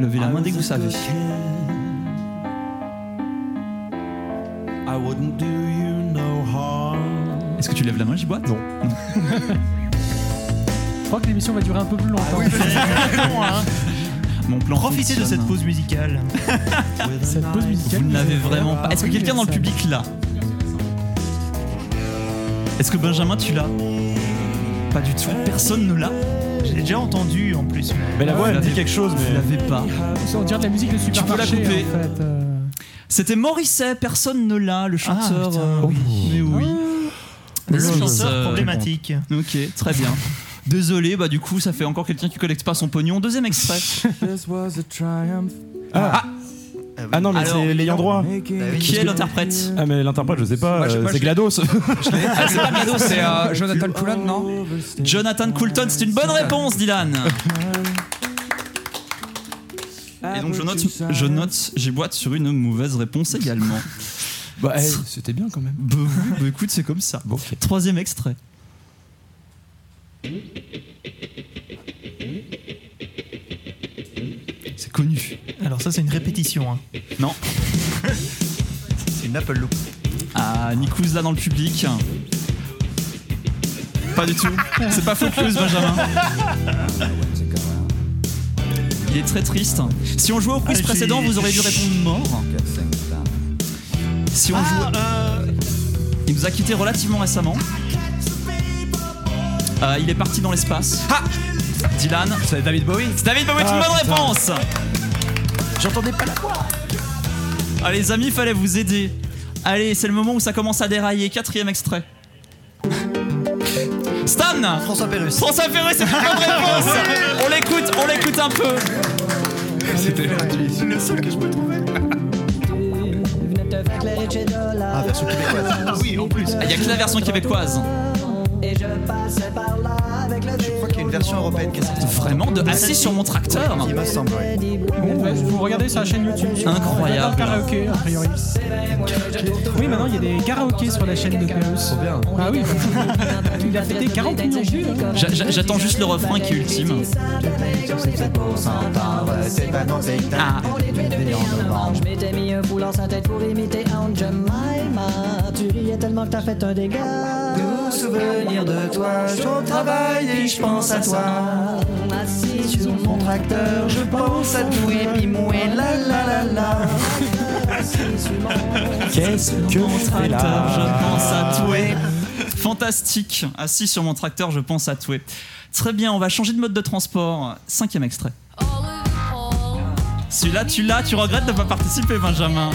[SPEAKER 1] Levez la main dès que vous savez. Est-ce que tu lèves la main, Jibois Non.
[SPEAKER 6] Je crois que l'émission va durer un peu plus longtemps.
[SPEAKER 1] Mon plan
[SPEAKER 17] Profitez de
[SPEAKER 1] fonctionne.
[SPEAKER 17] cette pause musicale.
[SPEAKER 6] cette pause musicale.
[SPEAKER 1] Vous ne l'avez vraiment pas. Est-ce que quelqu'un dans le public l'a Est-ce que Benjamin, tu l'as Pas du tout. Personne ne l'a.
[SPEAKER 17] J'ai déjà entendu en plus.
[SPEAKER 1] Mais la voix, elle dit quelque chose, mais. Vous l'avez pas.
[SPEAKER 6] On dirait de la musique de
[SPEAKER 1] Tu peux la
[SPEAKER 6] supermarché.
[SPEAKER 1] couper.
[SPEAKER 6] en fait, euh.
[SPEAKER 1] C'était Morisset, personne ne l'a, le chanteur. euh, Mais oui.
[SPEAKER 17] Le
[SPEAKER 1] Désolé,
[SPEAKER 17] chanteur
[SPEAKER 1] ça, euh,
[SPEAKER 17] problématique.
[SPEAKER 1] Ok, très bien. Désolé, bah du coup, ça fait encore quelqu'un qui collecte pas son pognon. Deuxième extrait.
[SPEAKER 12] Ah, Ah non, mais
[SPEAKER 1] Alors,
[SPEAKER 12] c'est l'ayant droit.
[SPEAKER 1] Qui est l'interprète
[SPEAKER 12] Ah, mais l'interprète, je sais pas,
[SPEAKER 1] Moi, je-
[SPEAKER 12] euh,
[SPEAKER 1] moi,
[SPEAKER 12] c'est
[SPEAKER 1] je-
[SPEAKER 12] GLaDOS.
[SPEAKER 1] Ah, c'est pas Glados,
[SPEAKER 5] C'est euh,
[SPEAKER 1] Jonathan.
[SPEAKER 5] Jonathan Coulon, non
[SPEAKER 1] Coulton, c'est une bonne réponse, Dylan.
[SPEAKER 7] Ah,
[SPEAKER 1] Et donc je note, je note, j'ai boite sur une mauvaise réponse également.
[SPEAKER 12] Bah, eh, c'était bien quand même.
[SPEAKER 1] Bah oui, bah écoute, c'est comme ça. Troisième extrait. C'est connu.
[SPEAKER 17] Alors ça c'est une répétition. Hein.
[SPEAKER 1] Non.
[SPEAKER 17] c'est une Apple Loop.
[SPEAKER 1] Ah, Nikouz là dans le public. Pas du tout. C'est pas Footloose, Benjamin. Ah, Il est très triste. Si on jouait au quiz
[SPEAKER 17] Ah,
[SPEAKER 1] précédent,
[SPEAKER 17] j'ai-
[SPEAKER 1] vous auriez dû répondre mort. Si on jouait. Il nous a quitté relativement récemment. Euh, il est parti dans l'espace. Ah Dylan. C'est David Bowie. C'est David Bowie, c'est une
[SPEAKER 12] Ah,
[SPEAKER 1] bonne
[SPEAKER 12] putain.
[SPEAKER 1] réponse J'entendais pas la voix Ah les amis, fallait vous aider. Allez, c'est le moment où ça commence à dérailler. Quatrième extrait. Stan François Pérus. François Pérus, c'est une bonne réponse On l'écoute, on l'écoute un peu
[SPEAKER 7] C'était le seul que je peux trouver.
[SPEAKER 1] Ah, version québécoise. Ah oui, en plus Il y a que la version québécoise.
[SPEAKER 17] Je crois qu'il y a une version européenne qui est sortie.
[SPEAKER 1] Vraiment de assis sur mon tracteur
[SPEAKER 17] Il me semble. ouais.
[SPEAKER 6] Ouais, vous regardez sur la chaîne YouTube.
[SPEAKER 1] Incroyable.
[SPEAKER 6] Maintenant, karaoké, a priori. Oui, maintenant il y a des karaokés sur la chaîne de Klaus. Ah oui. Il a fêté 40 millions de vues, hein.
[SPEAKER 1] J'a- j'a- J'attends juste le refrain qui est ultime. Ah.
[SPEAKER 7] Je m'étais mis un foulard sans tête pour imiter un Jemima. Tu riais tellement que t'as fait un dégât. Doux souvenir de toi, je au travail et je pense à toi. Assis sur mon tracteur, je pense à tout et puis moi, la la la la.
[SPEAKER 12] Qu'est-ce que
[SPEAKER 1] Mon
[SPEAKER 12] je fais
[SPEAKER 1] tracteur, je
[SPEAKER 12] là
[SPEAKER 1] pense à touer. Fantastique. Assis sur mon tracteur, je pense à touer. Très bien, on va changer de mode de transport. Cinquième extrait. Celui-là, tu l'as, tu regrettes de ne pas participer, Benjamin.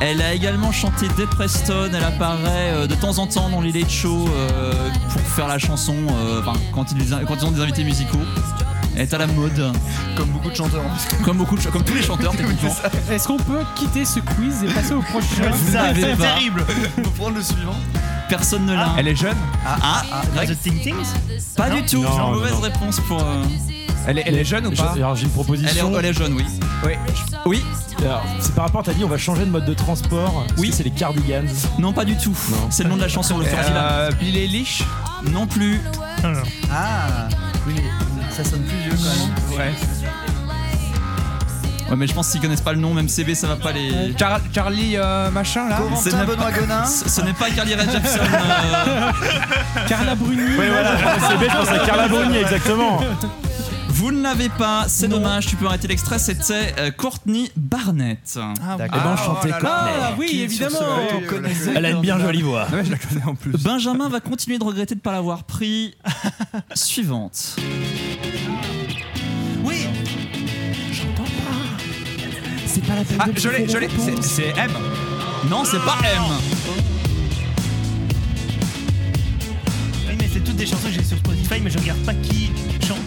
[SPEAKER 1] Elle a également chanté Dead Preston. Elle apparaît euh, de temps en temps dans les late shows euh, pour faire la chanson euh, enfin, quand, ils, quand ils ont des invités musicaux. Elle est à la mode. Comme beaucoup de chanteurs. Comme, beaucoup de ch- comme tous les chanteurs, techniquement.
[SPEAKER 6] Est-ce qu'on peut quitter ce quiz et passer au prochain
[SPEAKER 1] Vous n'avez pas.
[SPEAKER 17] Faut prendre le suivant.
[SPEAKER 1] Personne ne l'a.
[SPEAKER 5] Elle est jeune
[SPEAKER 1] Ah, ah, Greg.
[SPEAKER 17] The Ting Tings
[SPEAKER 1] Pas du tout.
[SPEAKER 5] Non,
[SPEAKER 1] C'est une
[SPEAKER 5] non,
[SPEAKER 1] mauvaise
[SPEAKER 5] non.
[SPEAKER 1] réponse pour. euh,
[SPEAKER 5] Elle est, elle est jeune ou
[SPEAKER 12] Je-
[SPEAKER 5] pas
[SPEAKER 12] alors, j'ai une proposition.
[SPEAKER 1] Elle est, elle est jeune, oui.
[SPEAKER 12] Oui.
[SPEAKER 1] Oui.
[SPEAKER 12] Alors, c'est par rapport à ta vie, on va changer de mode de transport. Oui. C'est les cardigans.
[SPEAKER 1] Non, pas du tout. C'est le nom de la chanson. Le
[SPEAKER 5] Euh, Bill Eilish
[SPEAKER 1] Non plus.
[SPEAKER 17] Ah, oui, ça sonne plus vieux quand même.
[SPEAKER 5] Ouais.
[SPEAKER 1] Ouais, mais je pense qu'ils connaissent pas le nom, même CB, ça va pas les.
[SPEAKER 5] Charlie euh, machin là
[SPEAKER 1] Ce n'est pas- Ce ce n'est pas Carly Rae Jepsen. euh,
[SPEAKER 5] Carla Bruni.
[SPEAKER 1] Oui, voilà, je pense à CB, je pense à Carla Bruni, exactement.
[SPEAKER 5] Tout
[SPEAKER 1] Vous ne l'avez pas, c'est dommage, tu peux arrêter l'extrait, c'était euh, Courtney Barnett. Ah,
[SPEAKER 5] D'accord. Eh ben, chantez
[SPEAKER 1] oh là
[SPEAKER 5] Courtney.
[SPEAKER 1] là.
[SPEAKER 5] Ah, oui, Qui, évidemment. sur ce- oui, on connaît. Elle a une bien jolie voix. Ouais, je la connais en plus.
[SPEAKER 1] Benjamin va continuer de regretter de ne pas l'avoir pris. Suivante.
[SPEAKER 17] Oui J'entends pas C'est pas la peine
[SPEAKER 1] Ah,
[SPEAKER 17] de
[SPEAKER 1] je l'ai,
[SPEAKER 17] poser
[SPEAKER 1] je
[SPEAKER 17] la
[SPEAKER 1] l'ai,
[SPEAKER 17] réponse.
[SPEAKER 1] c'est- c'est M. Non, c'est pas M.
[SPEAKER 17] Oui, mais c'est toutes des chansons que j'ai sur Spotify, mais je regarde pas qui chante.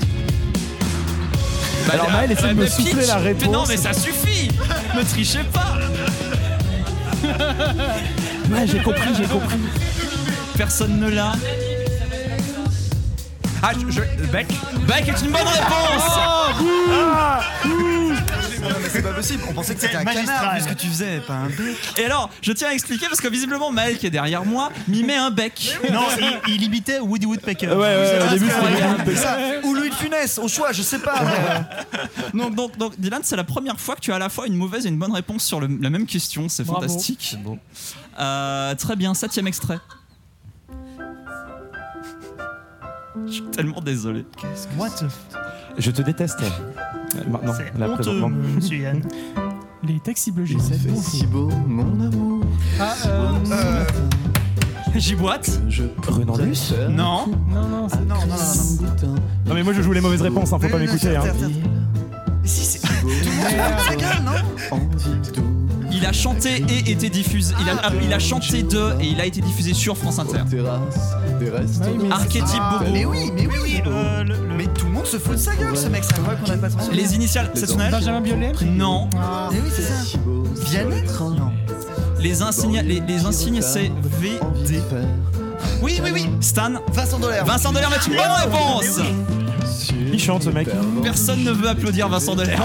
[SPEAKER 1] Bah,
[SPEAKER 17] Alors,
[SPEAKER 1] euh,
[SPEAKER 17] Maël essaie de me
[SPEAKER 1] mais
[SPEAKER 17] souffler la
[SPEAKER 1] mais Non,
[SPEAKER 17] réponse.
[SPEAKER 1] mais ça suffit Ne trichez pas
[SPEAKER 17] Ouais, j'ai compris, j'ai compris.
[SPEAKER 1] Personne ne l'a.
[SPEAKER 5] Ah, je. je- Beck
[SPEAKER 1] Beck est une bonne réponse
[SPEAKER 7] Oh,
[SPEAKER 17] Oh.
[SPEAKER 5] Ah,
[SPEAKER 7] C'est pas possible, on pensait que c'était un canard vu ce que tu faisais, pas un bec.
[SPEAKER 1] Et alors, je tiens à expliquer parce que visiblement Maël qui est derrière moi mimait un bec.
[SPEAKER 17] Non, il, il imitait Woody Woodpecker.
[SPEAKER 7] Ça, Ou Louis de Funès, au choix, je sais pas.
[SPEAKER 1] Donc, donc, donc, Dylan, c'est la première fois que tu as à la fois une mauvaise et une bonne réponse sur le- la même question. C'est
[SPEAKER 17] Bravo.
[SPEAKER 1] fantastique. Euh, très bien, septième extrait. Je suis tellement désolé.
[SPEAKER 17] What
[SPEAKER 5] Je te déteste. Maintenant,
[SPEAKER 17] C'est
[SPEAKER 5] là,
[SPEAKER 17] honteux,
[SPEAKER 5] présentement.
[SPEAKER 17] monsieur Yann.
[SPEAKER 12] Les taxis bleus G7. bon.
[SPEAKER 17] beau, mon amour.
[SPEAKER 12] Ah, euh,
[SPEAKER 1] J'y boite.
[SPEAKER 17] Je
[SPEAKER 5] Bruno Luce
[SPEAKER 1] Non.
[SPEAKER 12] Non, non, c'est-
[SPEAKER 7] Non, non, non, non.
[SPEAKER 5] Non, mais moi je joue les mauvaises réponses, hein, faut pas m'écouter. Hein.
[SPEAKER 7] Si, c'est. Tout le monde se fout de sa gueule, non
[SPEAKER 1] Il a chanté et été diffusé. Il a, il a chanté de et il a été diffusé sur France Inter. Archétype
[SPEAKER 7] Ah,
[SPEAKER 1] bobo.
[SPEAKER 7] Mais oui, mais oui. euh, le- le- Mais tout le monde se fout de sa gueule, ce mec, c'est vrai qu'on a pas transmis.
[SPEAKER 1] Les initiales, c'est son âge Non.
[SPEAKER 12] Ah,
[SPEAKER 7] Mais oui, c'est ça. Vianney Non.
[SPEAKER 1] Les insignes, les, les insignes c'est VD.
[SPEAKER 7] Oui, oui, oui.
[SPEAKER 1] Stan
[SPEAKER 7] Vincent Dolaire.
[SPEAKER 1] Vincent Delair est une bonne
[SPEAKER 12] Eh
[SPEAKER 1] réponse
[SPEAKER 5] Il chante ce mec.
[SPEAKER 1] Personne ne veut applaudir Vincent Delair.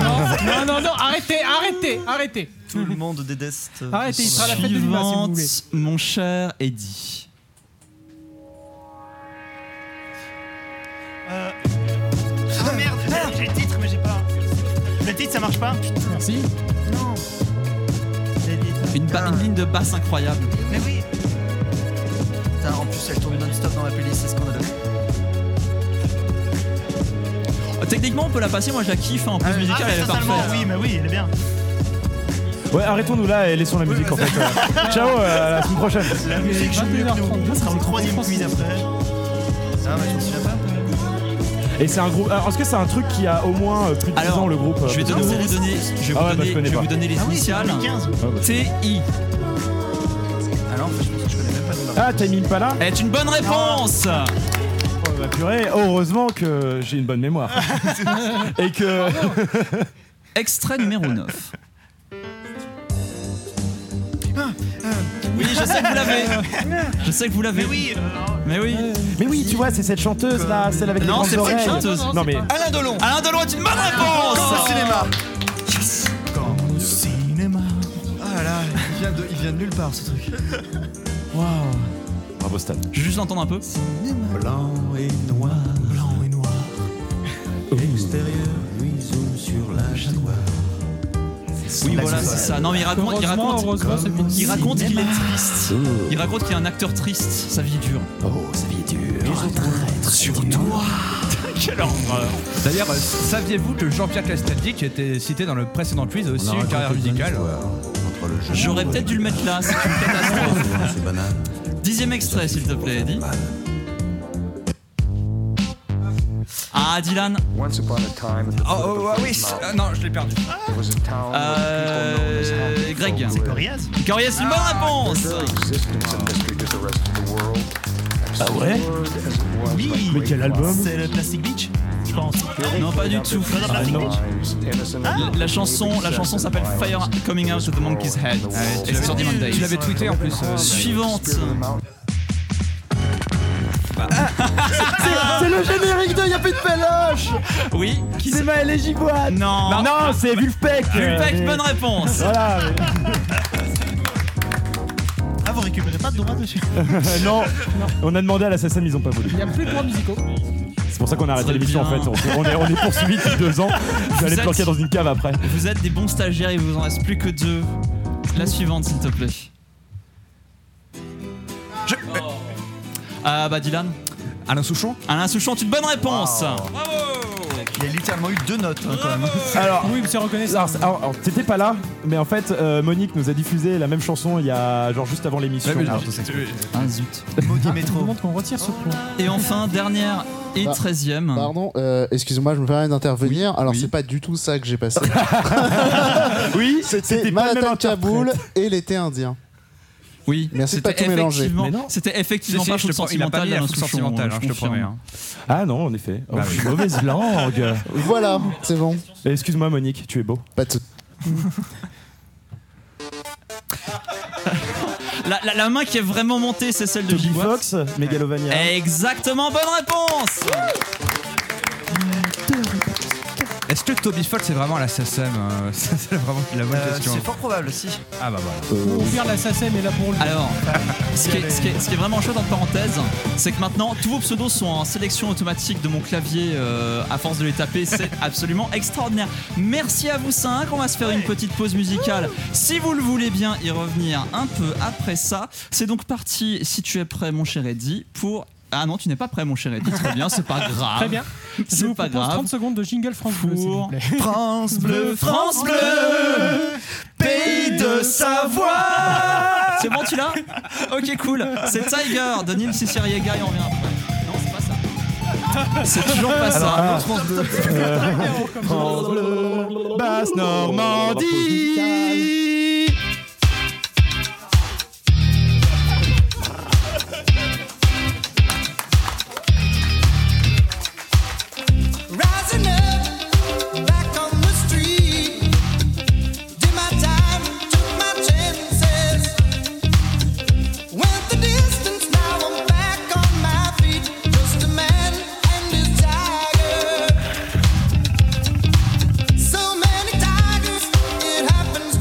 [SPEAKER 12] Non, non, non, arrêtez, arrêtez, arrêtez.
[SPEAKER 7] Tout le monde déteste. euh,
[SPEAKER 12] Arrêtez, il sera à la fête de l'humain, si vous
[SPEAKER 1] Suivante,
[SPEAKER 12] voulez.
[SPEAKER 1] mon cher Eddy.
[SPEAKER 17] Euh... Ah merde, j'ai- j'ai le titre, mais j'ai pas. Le titre, ça marche pas
[SPEAKER 12] Merci.
[SPEAKER 17] Non. J'ai dit-
[SPEAKER 1] Une, ba- une ligne de basse incroyable.
[SPEAKER 7] Mais oui. Putain, en plus, elle tourne non-stop dans ma playlist, c'est scandaleux.
[SPEAKER 17] Ah,
[SPEAKER 1] Euh, Techniquement, on peut la passer, moi je la kiffe, hein. en plus musicale,
[SPEAKER 17] Ah, mais
[SPEAKER 1] elle est
[SPEAKER 17] totalement,
[SPEAKER 1] parfaite.
[SPEAKER 17] oui, mais oui, elle est bien.
[SPEAKER 5] Ouais, arrêtons-nous là et laissons la musique en fait. euh. Ciao, euh, à la semaine prochaine.
[SPEAKER 17] La musique, je suis Ça sera le troisième quiz après.
[SPEAKER 7] Ah, bah, je me souviens pas.
[SPEAKER 5] Et c'est un groupe. alors, Est-ce que c'est un truc qui a au moins euh, plus de 10 ans le groupe euh,
[SPEAKER 1] Je vais,
[SPEAKER 5] parce
[SPEAKER 1] donner,
[SPEAKER 5] que-
[SPEAKER 1] vous donner, je vais
[SPEAKER 5] Ah ouais,
[SPEAKER 1] vous
[SPEAKER 5] bah, je
[SPEAKER 1] donner,
[SPEAKER 5] connais
[SPEAKER 1] je vais
[SPEAKER 5] pas.
[SPEAKER 1] vous donner les
[SPEAKER 5] Ah oui, c'est
[SPEAKER 1] initiales. TI.
[SPEAKER 7] Alors, je pense que je connais même pas
[SPEAKER 5] Ah, Timing Pala
[SPEAKER 1] Est Eh, une bonne réponse
[SPEAKER 5] Oh, bah purée, heureusement que j'ai une bonne mémoire. et que.
[SPEAKER 1] Extrait numéro 9.
[SPEAKER 12] Ah, euh,
[SPEAKER 17] Oui,
[SPEAKER 1] je sais que vous l'avez. Je sais que vous l'avez.
[SPEAKER 17] Mais oui, euh,
[SPEAKER 1] Mais oui.
[SPEAKER 5] Mais oui, tu vois, c'est cette chanteuse là, celle avec
[SPEAKER 1] Non,
[SPEAKER 5] les
[SPEAKER 1] c'est
[SPEAKER 5] grandes
[SPEAKER 1] pas une
[SPEAKER 5] oreilles.
[SPEAKER 1] chanteuse.
[SPEAKER 5] Non, mais.
[SPEAKER 7] Alain Delon.
[SPEAKER 1] Alain Delon est une bonne réponse
[SPEAKER 7] Encore au cinéma.
[SPEAKER 5] Ah,
[SPEAKER 17] Au cinéma.
[SPEAKER 7] Ah là là, il vient de, il vient de nulle part ce truc.
[SPEAKER 1] Waouh.
[SPEAKER 5] Bravo Stan.
[SPEAKER 1] Je vais juste l'entendre un peu.
[SPEAKER 17] Blanc et noir. Blanc et noir. Extérieur, horizon sur la jaguar.
[SPEAKER 1] Oui, voilà, c'est ça. Non, mais il raconte, il
[SPEAKER 12] Heureusement,
[SPEAKER 1] raconte,
[SPEAKER 12] heureusement, c'est fini.
[SPEAKER 1] il raconte qu'il est triste. Il raconte qu'il est un acteur triste. Sa vie est dure.
[SPEAKER 18] Oh, sa vie est dure.
[SPEAKER 1] sur toi. Quelle horreur.
[SPEAKER 5] D'ailleurs, euh, saviez-vous que Jean-Pierre Castaldi, qui était cité dans le précédent quiz, a aussi eu une carrière musicale
[SPEAKER 1] J'aurais peut-être dû le mettre là. C'est une catastrophe. Dixième extrait, s'il te plaît, Eddie. Ah, Dylan.
[SPEAKER 5] Oh, oh, ah oui, euh, non, je l'ai perdu.
[SPEAKER 1] Euh, Greg.
[SPEAKER 17] C'est Corias
[SPEAKER 1] Corias, une bonne réponse.
[SPEAKER 5] Ah ouais
[SPEAKER 17] Oui
[SPEAKER 5] Mais quel album
[SPEAKER 17] C'est le Plastic Beach Je pense.
[SPEAKER 1] Non, pas du tout. Ah,
[SPEAKER 17] Pas dans Plastic
[SPEAKER 5] Ah,
[SPEAKER 17] Beach
[SPEAKER 1] La, la chanson, la chanson s'appelle Fire Coming Out of the Monkey's Head.
[SPEAKER 5] Ah tu
[SPEAKER 1] Et c'est sur
[SPEAKER 5] l'avais-
[SPEAKER 1] Demon Days.
[SPEAKER 5] tu l'avais tweeté en plus, euh,
[SPEAKER 1] Suivante.
[SPEAKER 17] C'est le générique de Y'a plus de péloche
[SPEAKER 1] Oui.
[SPEAKER 17] C'est Maël et Gibois
[SPEAKER 1] Non.
[SPEAKER 5] Non, c'est Vulpec
[SPEAKER 1] Vulpec, bonne réponse.
[SPEAKER 5] Voilà
[SPEAKER 7] Ah, vous
[SPEAKER 19] récupérez pas de droits dessus
[SPEAKER 12] non, on a demandé à la SACEM, ils ont pas voulu.
[SPEAKER 19] Il y a plus de droits musicaux.
[SPEAKER 12] C'est pour ça qu'on a arrêté
[SPEAKER 1] Très
[SPEAKER 12] l'émission en
[SPEAKER 1] bien.
[SPEAKER 12] fait. On, on est, on est poursuivis depuis deux ans. Je
[SPEAKER 1] Vous
[SPEAKER 12] vais aller me
[SPEAKER 1] êtes-
[SPEAKER 12] planquer dans une cave après.
[SPEAKER 1] Vous êtes des bons stagiaires, il vous en reste plus que deux. La suivante, s'il te plaît. Ah bah Dylan
[SPEAKER 19] Alain Souchon
[SPEAKER 1] Alain Souchon, une bonne réponse
[SPEAKER 19] Il y a littéralement eu deux notes hein, quand même.
[SPEAKER 12] Alors,
[SPEAKER 19] oui, monsieur reconnaît
[SPEAKER 12] Alors, c'est- alors, alors, t'étais pas là, mais en fait, euh, Monique nous a diffusé la même chanson il y a genre juste avant l'émission.
[SPEAKER 19] Ouais, mais
[SPEAKER 12] Alors,
[SPEAKER 19] j'ai-
[SPEAKER 12] tout ça.
[SPEAKER 1] Ah zut.
[SPEAKER 19] Maudit métro. demande qu'on retire ce point.
[SPEAKER 1] Et enfin, dernière et
[SPEAKER 8] Bah,
[SPEAKER 1] treizième.
[SPEAKER 8] Pardon, euh, excusez-moi, je me permets d'intervenir. Alors, c'est pas du tout ça que j'ai passé.
[SPEAKER 12] oui,
[SPEAKER 8] c'était Manhattan Kaboul et l'été indien.
[SPEAKER 1] Oui,
[SPEAKER 8] merci de pas tout mélanger.
[SPEAKER 1] effectivement- C'était effectivement
[SPEAKER 8] Si, si,
[SPEAKER 1] pas
[SPEAKER 8] je te
[SPEAKER 1] foule
[SPEAKER 8] prends- il a pas
[SPEAKER 1] sentimentale
[SPEAKER 8] mis la
[SPEAKER 1] d'Alain
[SPEAKER 8] foule
[SPEAKER 1] Souchon,
[SPEAKER 8] sentimentale,
[SPEAKER 1] je
[SPEAKER 8] hein, je te
[SPEAKER 1] confirme.
[SPEAKER 8] promets, hein.
[SPEAKER 12] Ah non, en effet. Oh,
[SPEAKER 8] Bah
[SPEAKER 12] je suis
[SPEAKER 8] oui.
[SPEAKER 12] mauvaise langue.
[SPEAKER 8] Voilà, c'est bon.
[SPEAKER 12] Et Excuse-moi, Monique, tu es beau.
[SPEAKER 8] Pas de
[SPEAKER 1] La, la- la main qui est vraiment montée, c'est celle de Gibois.
[SPEAKER 12] Fox, Megalovania.
[SPEAKER 1] Exactement, bonne réponse
[SPEAKER 5] Est-ce que Toby Fox est vraiment à la SACEM euh, ça, C'est vraiment la bonne
[SPEAKER 1] Euh,
[SPEAKER 5] question.
[SPEAKER 20] C'est fort probable, si.
[SPEAKER 5] Ah bah voilà.
[SPEAKER 1] Oh,
[SPEAKER 20] Euh,
[SPEAKER 5] Ouvrir
[SPEAKER 19] la SACEM est là pour le.
[SPEAKER 1] Alors, ce qui, est, ce qui est- ce qui est vraiment chouette en parenthèse, c'est que maintenant tous vos pseudos sont en sélection automatique de mon clavier euh, à force de les taper, c'est absolument extraordinaire. Merci à vous cinq, on va se faire une petite pause musicale si vous le voulez bien y revenir un peu après ça. C'est donc parti, si tu es prêt mon cher Eddy, pour... Ah non, tu n'es pas prêt mon cher Eddy, très bien, c'est pas grave.
[SPEAKER 19] Très bien. Je
[SPEAKER 1] C'est
[SPEAKER 19] vous
[SPEAKER 1] pas
[SPEAKER 19] propose
[SPEAKER 1] grave.
[SPEAKER 19] 30 secondes de jingle France Bleu, s'il vous plaît.
[SPEAKER 1] France
[SPEAKER 7] Euh,
[SPEAKER 19] Bleu,
[SPEAKER 1] France Bleu,
[SPEAKER 19] pays de Savoie.
[SPEAKER 1] C'est bon, tu l'as Ok, cool. C'est Tiger de Nils Ciceriega et on revient après. Non, c'est pas ça. C'est toujours pas ça. Euh,
[SPEAKER 12] Alors,
[SPEAKER 1] France Bleu.
[SPEAKER 12] France Bleu, Basse Normandie.
[SPEAKER 7] Rising up, back on the street. Did my time, took my chances. Went the distance, now I'm back on my feet. Just a man and his tiger. So many tigers, it happens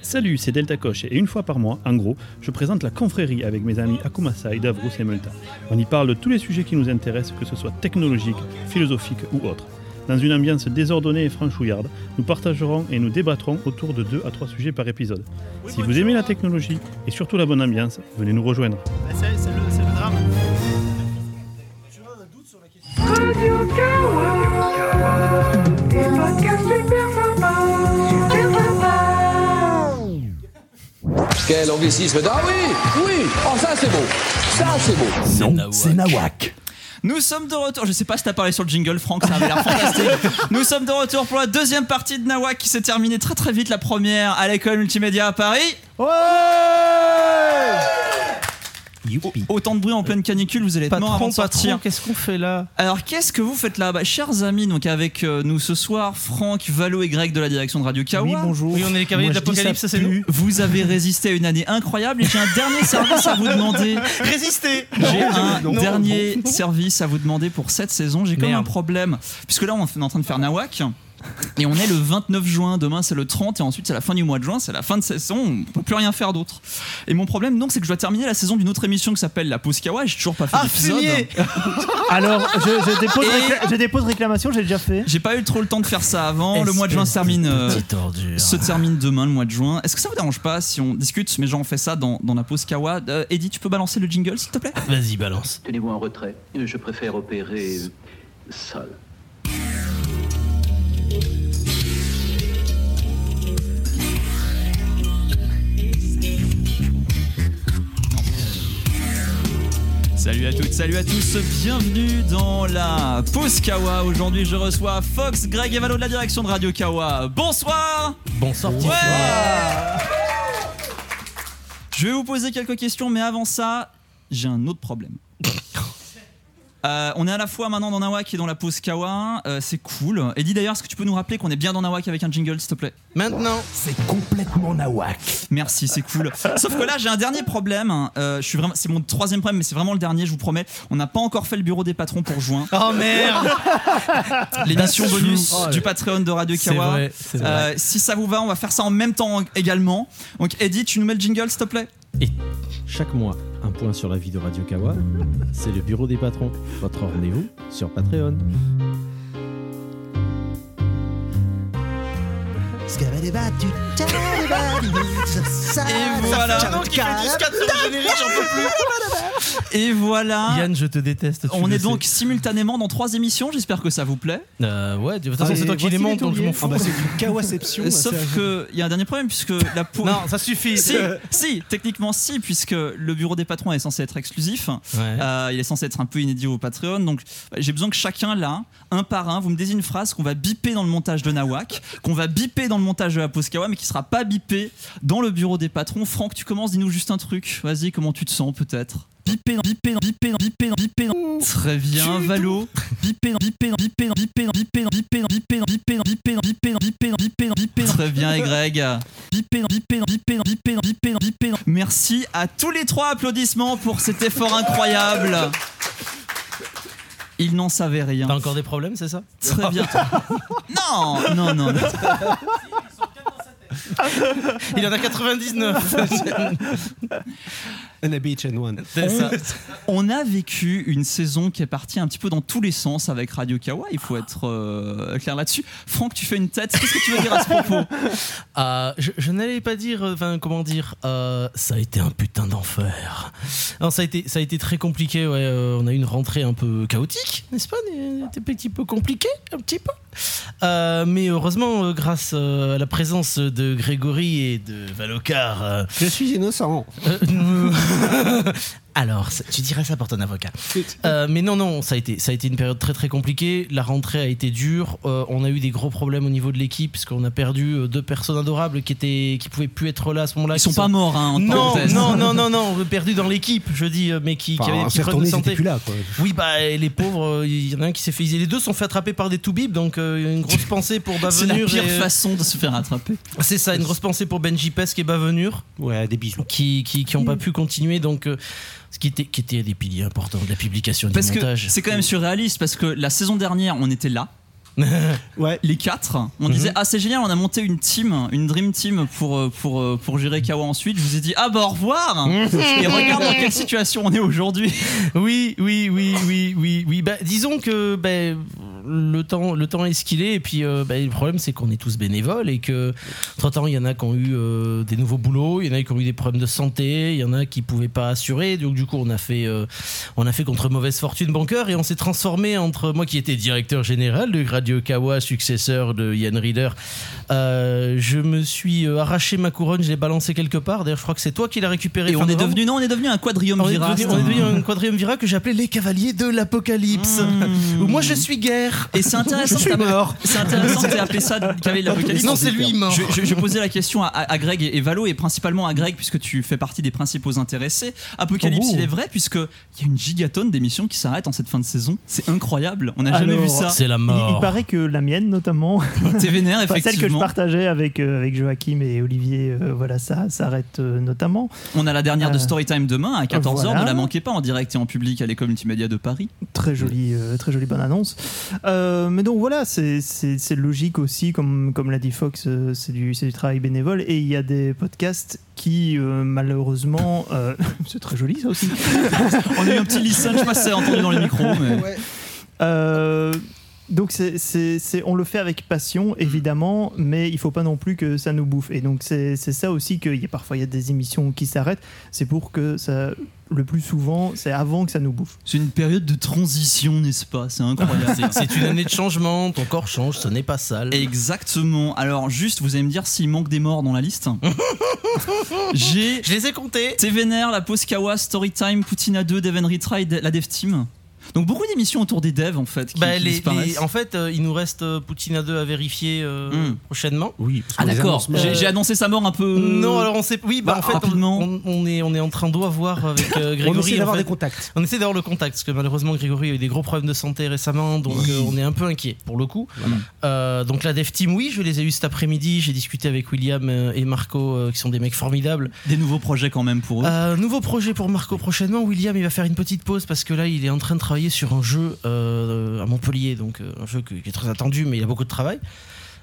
[SPEAKER 21] Salut, c'est Delta Coche et une fois par mois, en gros, je présente la confrérie avec mes amis Akumasa et Davrous et Melta. On y parle de tous les sujets qui nous intéressent, que ce soit technologique, philosophique ou autre. Dans une ambiance désordonnée et franchouillarde, nous partagerons et nous débattrons autour de 2 à 3 sujets par épisode. Si vous aimez la technologie et surtout la bonne ambiance, venez nous rejoindre.
[SPEAKER 17] Bah,
[SPEAKER 22] C'est c'est le, c'est le drame.
[SPEAKER 5] euh,
[SPEAKER 23] Quel anglicisme Ah oui, oui Oh ça c'est beau Ça c'est beau
[SPEAKER 1] Non, c'est Nawak. Nous sommes de retour. Je sais pas si t'as parlé sur le jingle, Franck, ça avait l'air fantastique. Nous sommes de retour pour la deuxième partie de Nawak qui s'est terminée très très vite, la première à l'école multimédia à Paris. Au- Autant de bruit en pleine canicule, vous allez être mort avant de sortir.
[SPEAKER 6] qu'est-ce qu'on fait là
[SPEAKER 1] Alors qu'est-ce que vous faites là bah, Chers amis, donc avec euh, nous ce soir, Franck, Valo et Greg de la direction de Radio Kawa.
[SPEAKER 6] Oui, bonjour. Oui, on est les cavaliers Moi, de je dis l'Apocalypse, ça ça, c'est pue. nous.
[SPEAKER 1] Vous avez résisté à une année incroyable et j'ai un dernier service à vous demander.
[SPEAKER 6] Résister
[SPEAKER 1] J'ai un
[SPEAKER 6] Non.
[SPEAKER 1] dernier service à vous demander pour cette saison. J'ai quand même un problème. Puisque là, on est en train de faire Nawak. Et on est le 29 juin, demain c'est le 30 et ensuite c'est la fin du mois de juin, c'est la fin de saison, on peut plus rien faire d'autre. Et mon problème donc c'est que je dois terminer la saison d'une autre émission qui s'appelle La Pousse Kawa, j'ai toujours pas fait
[SPEAKER 17] Ah,
[SPEAKER 1] d'épisode.
[SPEAKER 17] fumier Alors, je, je dépose,
[SPEAKER 1] Et-
[SPEAKER 17] récla- je dépose réclamation, j'ai déjà fait.
[SPEAKER 1] J'ai pas eu trop le temps de faire ça avant. Le mois de juin se termine. euh, se termine demain, le mois de juin. Est-ce que ça vous dérange pas si on discute Mais genre, on fait ça dans, dans la pause Kawa. Euh, Eddie, tu peux balancer le jingle, s'il te plaît
[SPEAKER 6] Vas-y, balance.
[SPEAKER 23] Tenez-vous en retrait. Je préfère opérer seul.
[SPEAKER 1] Salut à toutes, salut à tous. Bienvenue dans la pause Kawa. Aujourd'hui, je reçois Fox, Greg et Valo de la direction de Radio Kawa. Bonsoir
[SPEAKER 6] Bonsoir,
[SPEAKER 1] Ouais Je vais vous poser quelques questions, mais avant ça, j'ai un autre problème. Euh, on est à la fois maintenant dans Nawak et dans la pause Kawa, Euh, c'est cool. Eddie d'ailleurs, est-ce que tu peux nous rappeler qu'on est bien dans Nawak avec un jingle s'il te plaît
[SPEAKER 6] Maintenant
[SPEAKER 1] C'est complètement Nawak. Merci, c'est cool. Sauf que là j'ai un dernier problème, hein. Euh, je suis vraiment, c'est mon troisième problème mais c'est vraiment le dernier je vous promets. On n'a pas encore fait le bureau des patrons pour juin.
[SPEAKER 6] Oh merde
[SPEAKER 1] L'émission
[SPEAKER 6] That's
[SPEAKER 1] bonus
[SPEAKER 6] true.
[SPEAKER 1] du Patreon de Radio
[SPEAKER 6] C'est
[SPEAKER 1] Kawa.
[SPEAKER 6] vrai, c'est vrai.
[SPEAKER 1] Euh, si ça vous va, on va faire ça en même temps également. Donc Eddie, tu nous mets le jingle s'il te plaît
[SPEAKER 24] Chaque mois, un point sur la vie de Radio Kawa, c'est le bureau des patrons. Votre rendez-vous sur Patreon.
[SPEAKER 1] Et voilà. Et voilà.
[SPEAKER 6] Yann, je te déteste. tu
[SPEAKER 1] On
[SPEAKER 6] le
[SPEAKER 1] est
[SPEAKER 6] sais.
[SPEAKER 1] donc simultanément dans trois émissions, j'espère que ça vous plaît.
[SPEAKER 6] Euh, ouais, de toute façon, c'est toi qui les Ah bah, montes, donc je m'en fous.
[SPEAKER 1] Euh, Sauf qu'il y a un dernier problème, puisque la pou-
[SPEAKER 6] Non, ça suffit.
[SPEAKER 1] Si, si, techniquement, si, puisque le bureau des patrons est censé être exclusif. Euh, il est censé être un peu inédit au Patreon. Donc, bah, j'ai besoin que chacun, là, un par un, vous me désignez une phrase qu'on va biper dans le montage de Nawak, qu'on va biper dans le montage de la Poskawa, mais qui sera pas bipée dans le bureau des patrons. Franck, tu commences, dis-nous juste un truc. Vas-y, comment tu te sens, peut-être Bipé, dans- bipé, dans- bipé, dans- bipé, dans- bipé. dans- Très bien, Valo. Bipé, dans- bipé, dans- bipé, dans- bipé, dans- bipé, dans- bipé, dans- bipé, dans- bipé, dans- bipé, dans- bipé, dans- bipé, dans- bipé, dans- bipé, dans- Très bien, et Greg. Bipé, dans- bipé, dans- bipé, dans- bipé, dans- bipé, dans- bipé, dans- Merci à tous les trois applaudissements pour cet effort incroyable. Il n'en savait rien.
[SPEAKER 6] T'as Oh, encore des problèmes, c'est ça
[SPEAKER 1] Très bien. Non, non, non. non.
[SPEAKER 6] Il en a 99.
[SPEAKER 22] And a beach and one.
[SPEAKER 1] On, on a vécu une saison qui est partie un petit peu dans tous les sens avec Radio Kawa, il faut être euh, clair là-dessus. Franck, tu fais une tête, qu'est-ce que tu veux dire à ce propos
[SPEAKER 6] Euh, je je n'allais pas dire, euh, enfin, comment dire, euh, ça a été un putain d'enfer. Non, ça a été, ça a été très compliqué. Ouais, euh, on a eu une rentrée un peu chaotique, n'est-ce pas C'était un petit peu compliqué, un petit peu. Euh, mais heureusement, euh, grâce euh, à la présence de Grégory et de Valocar, euh,
[SPEAKER 22] Je suis innocent.
[SPEAKER 6] alors, ça- tu dirais ça pour ton avocat. Euh, mais non, non, ça a, été, ça a été une période très très compliquée. La rentrée a été dure. Euh, on a eu des gros problèmes au niveau de l'équipe parce qu'on a perdu euh, deux personnes adorables qui étaient, qui pouvaient plus être là à ce moment-là.
[SPEAKER 1] Ils
[SPEAKER 6] qui
[SPEAKER 1] sont pas morts, hein, en
[SPEAKER 6] non,
[SPEAKER 1] parenthèse.
[SPEAKER 6] non, non, non, non, perdu dans l'équipe, je dis, euh, mais qui, qui
[SPEAKER 22] Enfin,
[SPEAKER 6] avaient des petits
[SPEAKER 22] c'est
[SPEAKER 6] problèmes de
[SPEAKER 22] retourné,
[SPEAKER 6] santé.
[SPEAKER 22] c'était plus là, quoi.
[SPEAKER 6] Oui, bah et les pauvres, euh, il y en a un qui s'est fait. Les deux sont fait attraper par des toubibs, donc euh, une grosse pensée pour Bavenur.
[SPEAKER 1] C'est la pire
[SPEAKER 6] et-
[SPEAKER 1] façon de se faire attraper.
[SPEAKER 6] c'est ça, une grosse pensée pour Benji Pesque et Bavenure. Ouais, des bisous. Qui, qui, qui ont pas pu continuer, donc. euh, ce qui était, qui était des piliers importants de la publication et du
[SPEAKER 1] Parce que
[SPEAKER 6] montage.
[SPEAKER 1] c'est quand même surréaliste, parce que la saison dernière, on était là. ouais. Les quatre. On
[SPEAKER 6] Mhm.
[SPEAKER 1] disait ah c'est génial, on a monté une team, une dream team pour euh, pour euh, pour gérer Kawa ensuite. Je vous ai dit ah bah au revoir. Et regarde dans quelle situation on est aujourd'hui.
[SPEAKER 6] Oui, oui, oui, oui, oui, oui. Bah, disons que bah, le temps, le temps est ce qu'il est. Et puis, euh, bah, le problème, c'est qu'on est tous bénévoles et que, entre-temps, il y en a qui ont eu euh, des nouveaux boulots, il y en a qui ont eu des problèmes de santé, il y en a qui pouvaient pas assurer. Donc, du coup, on a fait, euh, on a fait contre mauvaise fortune bancaire et on s'est transformé entre moi qui étais directeur général de Radio Kawa, successeur de Yann Reader. euh, je me suis euh, arraché ma couronne, je l'ai balancée quelque part. D'ailleurs, je crois que c'est toi qui l'as récupérée.
[SPEAKER 1] Et
[SPEAKER 6] fin
[SPEAKER 1] on est
[SPEAKER 6] novembre.
[SPEAKER 1] devenu non, on est devenu un quadrium
[SPEAKER 6] On est devenu- on est devenu un quadriumvirat que j'appelais les cavaliers de l'apocalypse. Où moi je suis guerre.
[SPEAKER 1] Et c'est intéressant.
[SPEAKER 6] Je suis
[SPEAKER 1] t'as-
[SPEAKER 6] mort.
[SPEAKER 1] C'est intéressant. T'as appelé ça Cavalier de l'Apocalypse.
[SPEAKER 6] Non, c'est lui mort.
[SPEAKER 1] Je, je- je posais la question à, à- à Greg et, et Valo et principalement à Greg puisque tu fais partie des principaux intéressés. Apocalypse,
[SPEAKER 6] Oh.
[SPEAKER 1] il est vrai puisque il y a une gigatonne d'émissions qui s'arrêtent en cette fin de saison. C'est incroyable. On n'a jamais
[SPEAKER 17] Alors,
[SPEAKER 1] vu ça.
[SPEAKER 17] Il,
[SPEAKER 1] Oh.
[SPEAKER 17] il paraît que la mienne, notamment.
[SPEAKER 1] T'es vénère,
[SPEAKER 17] Enfin, Celle que je
[SPEAKER 1] effectivement.
[SPEAKER 17] partageais avec, euh, avec Joachim et Olivier, euh, voilà, ça s'arrête euh, notamment.
[SPEAKER 1] On a la dernière
[SPEAKER 6] Euh.
[SPEAKER 1] de Storytime demain à 14h.
[SPEAKER 17] voilà.
[SPEAKER 1] Ne la manquez pas en direct et en public à l'école multimédia de Paris.
[SPEAKER 17] Très jolie, euh, très jolie bonne annonce. Euh, mais donc voilà, c'est- c'est c'est logique aussi, comme, comme l'a dit Fox, euh, c'est du, c'est du travail bénévole. Et il y a des podcasts qui, euh, malheureusement. euh, c'est très joli ça aussi.
[SPEAKER 1] On a eu un petit listen, je sais pas si ça a entendu dans les micros, mais- Ouais.
[SPEAKER 17] Euh, donc c'est- c'est- c'est- on le fait avec passion évidemment, mais il faut pas non plus que ça nous bouffe. Et donc c'est c'est ça aussi que il y a parfois il y a des émissions qui s'arrêtent. C'est pour que ça, le plus souvent, c'est avant que ça nous bouffe.
[SPEAKER 1] C'est une période de transition, n'est-ce pas C'est incroyable.
[SPEAKER 6] C'est- C'est une année de changement, ton corps change, ce n'est pas sale.
[SPEAKER 1] Exactement. Alors juste, vous allez me dire s'il manque des morts dans la liste. J'ai.
[SPEAKER 6] Je les ai comptés.
[SPEAKER 1] T'es vénère, la pause Kawa, Storytime, Poutine à 2, Deven Retry, De- la Dev Team. Donc beaucoup d'émissions autour des devs en fait. Qui,
[SPEAKER 6] Bah,
[SPEAKER 1] qui
[SPEAKER 6] les-
[SPEAKER 1] disparaissent.
[SPEAKER 6] les- en fait, euh, il nous reste euh, Poutine à deux à vérifier euh, prochainement.
[SPEAKER 1] Oui. Ah d'accord. J'ai j'ai annoncé sa mort un peu.
[SPEAKER 6] Non, alors on sait. Oui, bah,
[SPEAKER 1] Bah,
[SPEAKER 6] en fait, on,
[SPEAKER 1] rapidement.
[SPEAKER 6] on- on est, on est en train d'avoir avec euh, Grégory.
[SPEAKER 1] On essaie
[SPEAKER 6] en
[SPEAKER 1] d'avoir
[SPEAKER 6] fait.
[SPEAKER 1] des contacts.
[SPEAKER 6] On essaie d'avoir le contact, parce que malheureusement, Grégory a eu des gros problèmes de santé récemment, donc euh, on est un peu inquiet pour le coup. Euh, donc la Dev Team, oui, je les ai eus cet après-midi. J'ai discuté avec William euh, et Marco, euh, qui sont des mecs formidables.
[SPEAKER 1] Des nouveaux projets quand même pour eux.
[SPEAKER 6] Euh, nouveau projet pour Marco prochainement. William, il va faire une petite pause parce que là, il est en train de travailler sur un jeu euh, à Montpellier, donc euh, un jeu que- qui est très attendu, mais il a beaucoup de travail.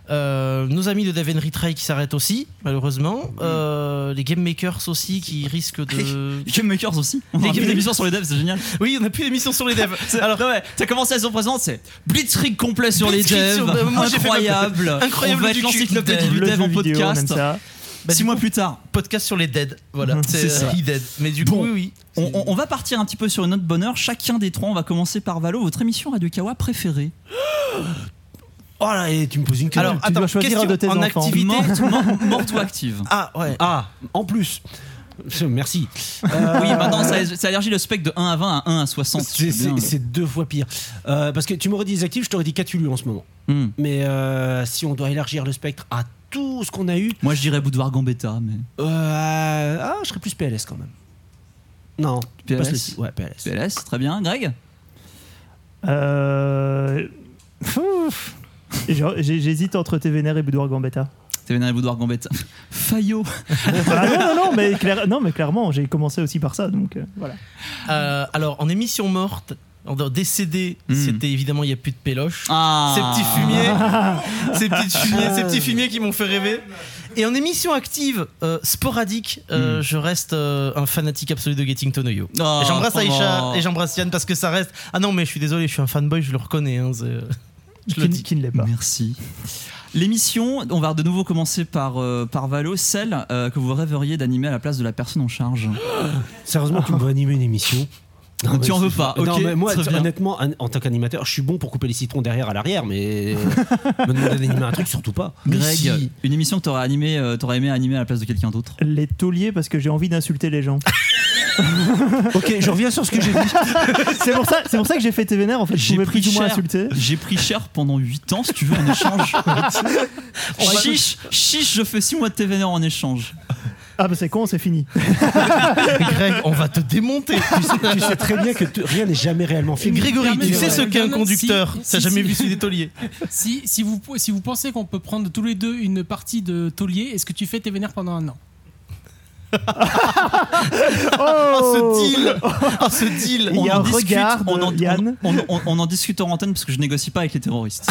[SPEAKER 6] Euh, nos amis de Daven Retry qui s'arrêtent aussi, malheureusement. Euh, les Game Makers aussi qui risquent de.
[SPEAKER 1] Les Game Makers aussi On
[SPEAKER 6] Les
[SPEAKER 1] a plus
[SPEAKER 6] Game
[SPEAKER 1] d'émissions sur les devs, c'est génial.
[SPEAKER 6] Oui, on n'a plus d'émissions sur les devs.
[SPEAKER 1] Alors, ouais, t'as commencé à se présente, c'est Blitzkrieg complet sur les
[SPEAKER 6] Blitzkrieg
[SPEAKER 1] devs.
[SPEAKER 6] sur- euh, moi, j'ai fait ma-
[SPEAKER 1] incroyable.
[SPEAKER 6] Incroyable
[SPEAKER 1] On va
[SPEAKER 6] du
[SPEAKER 1] être
[SPEAKER 6] cul.
[SPEAKER 1] l'encyclopédie du
[SPEAKER 6] Le
[SPEAKER 1] dev
[SPEAKER 6] jeu
[SPEAKER 1] en
[SPEAKER 6] vidéo, on aime
[SPEAKER 1] podcast.
[SPEAKER 6] ça.
[SPEAKER 1] Six mois plus tard.
[SPEAKER 6] Podcast sur les dead. Voilà, c'est
[SPEAKER 1] Hum, ça.
[SPEAKER 6] euh, he dead. Mais du coup,
[SPEAKER 1] Bon.
[SPEAKER 6] oui, oui.
[SPEAKER 1] On, on- on va partir un petit peu sur une note bonheur. Chacun des trois, on va commencer par Valo. Votre émission Radio Kawa préférée
[SPEAKER 6] Oh là, et tu me poses une
[SPEAKER 1] question.
[SPEAKER 6] Alors,
[SPEAKER 1] Tu dois
[SPEAKER 6] attends,
[SPEAKER 1] choisir
[SPEAKER 6] question,
[SPEAKER 1] un de tes
[SPEAKER 6] en
[SPEAKER 1] enfants.
[SPEAKER 6] activité,
[SPEAKER 1] Morte- mor- morte ou active
[SPEAKER 6] Ah, ouais.
[SPEAKER 24] Ah, en plus. Je- Merci.
[SPEAKER 1] Oui, maintenant,
[SPEAKER 5] Euh,
[SPEAKER 1] ça, ça élargit le spectre de 1 à 20 à 1 à 60.
[SPEAKER 24] Euh, C'est-
[SPEAKER 1] C'est bien.
[SPEAKER 24] C'est c'est deux fois pire. Euh, parce que tu m'aurais dit des actifs, je t'aurais dit Cthulhu en ce moment.
[SPEAKER 1] Hmm.
[SPEAKER 24] Mais euh, si on doit élargir le spectre à tout ce qu'on a eu,
[SPEAKER 1] Moi, je dirais Boudoir Gambetta, mais.
[SPEAKER 24] euh, ah, je serais plus PLS quand même. Non,
[SPEAKER 1] PLS.
[SPEAKER 24] passe le- Ouais, PLS.
[SPEAKER 1] PLS, très bien. Greg
[SPEAKER 17] Euh, ouf. J'hé- J'hésite entre Tévénère et Boudoir Gambetta.
[SPEAKER 1] T'es vénéré Boudoir Gambetta. Fayot
[SPEAKER 17] Ah non, non, non, mais, clair- non, mais clairement, j'ai commencé aussi par ça, donc euh, voilà.
[SPEAKER 6] Euh, alors, en émission morte, en décédé, c'était évidemment il n'y a plus de péloche.
[SPEAKER 1] Ah.
[SPEAKER 6] Ces petits fumiers, ces petites fumiers, ces petits fumiers qui m'ont fait rêver. Et en émission active, euh, sporadique, euh, je reste euh, un fanatique absolu de Getting to Know You.
[SPEAKER 1] Oh.
[SPEAKER 6] Et j'embrasse Aïcha
[SPEAKER 1] Oh.
[SPEAKER 6] et j'embrasse Yann parce que ça reste. Ah non, mais je suis désolé, je suis un fanboy, je le reconnais. hein, c'est- je le dis.
[SPEAKER 17] Qui ne l'est pas.
[SPEAKER 1] Merci. L'émission, on va de nouveau commencer par, euh, par Valo, celle euh, que vous rêveriez d'animer à la place de la personne en charge.
[SPEAKER 24] Sérieusement, tu me vois animer une émission.
[SPEAKER 1] Tu
[SPEAKER 24] mais
[SPEAKER 1] en veux
[SPEAKER 24] c'est-
[SPEAKER 1] pas,
[SPEAKER 24] Non,
[SPEAKER 1] ok,
[SPEAKER 24] mais moi,
[SPEAKER 1] très bien.
[SPEAKER 24] honnêtement, en, en tant qu'animateur, je suis bon pour couper les citrons derrière à l'arrière, mais me demander d'animer un truc, surtout pas.
[SPEAKER 1] Greg, une émission que t'aurais animé, euh, t'aurais aimé animer à la place de quelqu'un d'autre.
[SPEAKER 17] Les tauliers, parce que j'ai envie d'insulter les gens.
[SPEAKER 24] ok, je reviens sur ce que j'ai dit.
[SPEAKER 17] c'est pour ça, c'est pour ça que j'ai fait Tévénère en fait. Je
[SPEAKER 1] J'ai
[SPEAKER 17] pouvais
[SPEAKER 1] pris,
[SPEAKER 17] plus ou moins
[SPEAKER 1] cher,
[SPEAKER 17] insulter.
[SPEAKER 1] j'ai pris cher pendant 8 ans, si tu veux, en échange. chiche, chiche, je fais 6 mois de TVNR en échange.
[SPEAKER 17] Ah bah c'est con, c'est fini.
[SPEAKER 6] Greg, on va te démonter.
[SPEAKER 24] tu, sais, tu sais très bien que tu- rien n'est jamais réellement fini.
[SPEAKER 6] Grégory, tu sais ce qu'est un
[SPEAKER 5] Bernard,
[SPEAKER 6] conducteur.
[SPEAKER 5] si-
[SPEAKER 6] T'as
[SPEAKER 5] si-
[SPEAKER 6] jamais
[SPEAKER 5] si.
[SPEAKER 6] vu celui des tauliers.
[SPEAKER 5] Si, si, vous, pou- si vous pensez qu'on peut prendre tous les deux une partie de taulier, est-ce que tu fais tes vénères pendant un an
[SPEAKER 1] Oh
[SPEAKER 17] ce deal
[SPEAKER 1] Ah, ce deal
[SPEAKER 17] Il y a
[SPEAKER 1] On en
[SPEAKER 17] un
[SPEAKER 1] discute,
[SPEAKER 17] regard
[SPEAKER 1] on
[SPEAKER 17] de
[SPEAKER 1] en, on-
[SPEAKER 17] Yann.
[SPEAKER 1] on- on- on en discute en antenne parce que je négocie pas avec les terroristes.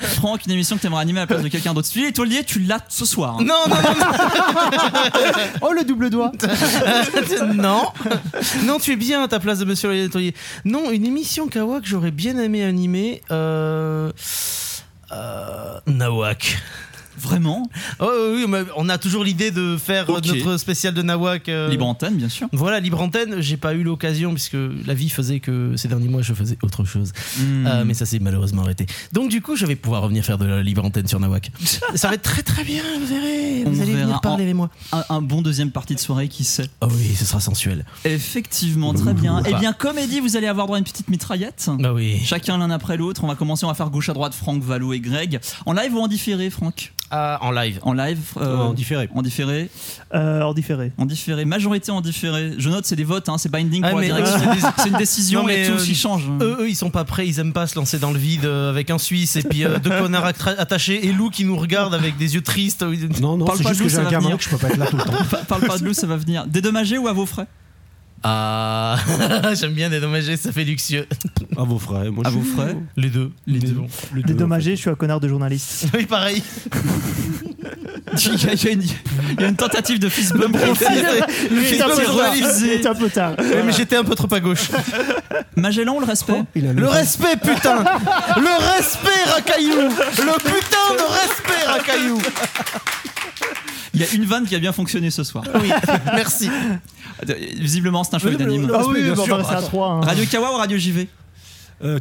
[SPEAKER 1] Franck, une émission que t'aimerais animer à la place de quelqu'un d'autre. Tu étoilier, tu l'as ce soir. hein.
[SPEAKER 6] Non, non, non,
[SPEAKER 17] oh, le double doigt
[SPEAKER 6] non, non, tu es bien à ta place de Monsieur le Nettoyer. Non, une émission Kawa que j'aurais bien aimé animer. euh, euh, Nawak.
[SPEAKER 1] Vraiment
[SPEAKER 6] oh, Oui, mais on a toujours l'idée de faire euh,
[SPEAKER 1] Ok.
[SPEAKER 6] notre spécial de Nawak. euh,
[SPEAKER 1] Libre antenne, bien sûr.
[SPEAKER 6] Voilà, libre antenne, j'ai pas eu l'occasion puisque la vie faisait que ces derniers mois je faisais autre chose.
[SPEAKER 1] Mm.
[SPEAKER 6] Euh, mais ça s'est malheureusement arrêté. Donc du coup, je vais pouvoir revenir faire de la libre antenne sur Nawak. ça va être très très bien, vous verrez. Vous
[SPEAKER 1] On
[SPEAKER 6] allez
[SPEAKER 1] verra.
[SPEAKER 6] venir parler
[SPEAKER 1] Un-
[SPEAKER 6] avec moi.
[SPEAKER 1] Un, un bon deuxième partie de soirée, qui sait
[SPEAKER 6] Ah oui, ce sera sensuel.
[SPEAKER 1] Effectivement, très bien.
[SPEAKER 6] Ouh.
[SPEAKER 1] Eh bien, comédie, vous allez avoir droit à une petite mitraillette.
[SPEAKER 6] Bah oui.
[SPEAKER 1] Chacun l'un après l'autre. On va commencer, on va faire gauche à droite, Franck, Valo et Greg. En live ou en différé, Franck
[SPEAKER 6] Ah, en live.
[SPEAKER 1] En live euh,
[SPEAKER 6] En différé.
[SPEAKER 1] En différé
[SPEAKER 17] En différé.
[SPEAKER 1] En différé. Majorité en différé. Je note, c'est des votes, hein, c'est binding
[SPEAKER 6] Ah,
[SPEAKER 1] pour la
[SPEAKER 6] mais-
[SPEAKER 1] direction. c'est une décision,
[SPEAKER 6] Non,
[SPEAKER 1] mais, tout
[SPEAKER 6] euh,
[SPEAKER 1] s'y change.
[SPEAKER 6] Eux, eux, ils sont pas prêts, ils aiment pas se lancer dans le vide euh, avec un Suisse et puis euh, deux connards attra- attachés et Lou qui nous regarde avec des yeux tristes.
[SPEAKER 24] Non, non,
[SPEAKER 1] Parle pas de loup, ça va venir. Pa- Parle pas de
[SPEAKER 6] loup.
[SPEAKER 1] loup, ça va venir. Dédommagé ou à vos frais
[SPEAKER 6] Ah, j'aime bien dédommager, ça fait luxueux.
[SPEAKER 24] À vos frais. Moi,
[SPEAKER 1] À
[SPEAKER 24] je
[SPEAKER 1] vos
[SPEAKER 24] suis-
[SPEAKER 1] frais
[SPEAKER 6] Les deux. Les deux.
[SPEAKER 17] Dédommagé, je suis un connard de journaliste.
[SPEAKER 6] Oui, pareil.
[SPEAKER 1] Il y, a- il y a une- il y a une tentative de fist bump.
[SPEAKER 17] Le
[SPEAKER 1] fist bump est réalisé.
[SPEAKER 17] un peu tard.
[SPEAKER 6] Ouais, mais j'étais un peu trop à gauche.
[SPEAKER 1] Magellan, le respect
[SPEAKER 6] Le respect, putain Le respect, Racaillou Le putain de respect, Racaillou
[SPEAKER 1] Il y a une vanne qui a bien fonctionné ce soir.
[SPEAKER 6] Oui, merci.
[SPEAKER 1] Visiblement, c'est un choix
[SPEAKER 6] Le- le-
[SPEAKER 1] unanime.
[SPEAKER 6] le respect, Ah oui, bien bon, sûr. bah, c'est à trois, hein.
[SPEAKER 1] Radio Kawa Euh, ou Radio JV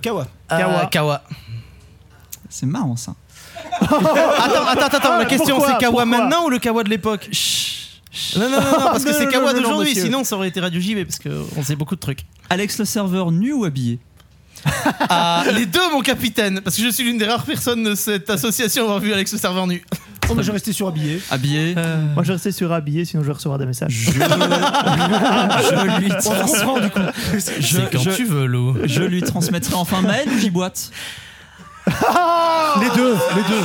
[SPEAKER 24] Kawa.
[SPEAKER 6] Kawa. Euh, Kawa.
[SPEAKER 1] C'est marrant ça.
[SPEAKER 6] attends, attends, attends, la question
[SPEAKER 1] Ah, Pourquoi
[SPEAKER 6] c'est Kawa
[SPEAKER 1] Pourquoi
[SPEAKER 6] maintenant ou le Kawa de l'époque Non, non, non, non, parce que
[SPEAKER 1] Non,
[SPEAKER 6] c'est
[SPEAKER 1] non,
[SPEAKER 6] Kawa
[SPEAKER 1] non, non,
[SPEAKER 6] d'aujourd'hui,
[SPEAKER 1] monsieur.
[SPEAKER 6] sinon ça aurait été Radio JV parce qu'on sait beaucoup de trucs.
[SPEAKER 1] Alex le serveur nu ou habillé
[SPEAKER 6] Ah, les deux, mon capitaine, parce que je suis l'une des rares personnes de cette association à avoir vu Alex le serveur nu.
[SPEAKER 24] Oh, mais je restais sur habillé.
[SPEAKER 1] Habillé
[SPEAKER 17] Euh, Moi, je restais sur habillé, sinon je recevrai des messages.
[SPEAKER 1] Je lui transmets du coup.
[SPEAKER 6] C'est quand tu veux, Lou.
[SPEAKER 1] Je lui transmettrai enfin mail ou j'y boite
[SPEAKER 6] les deux, les deux.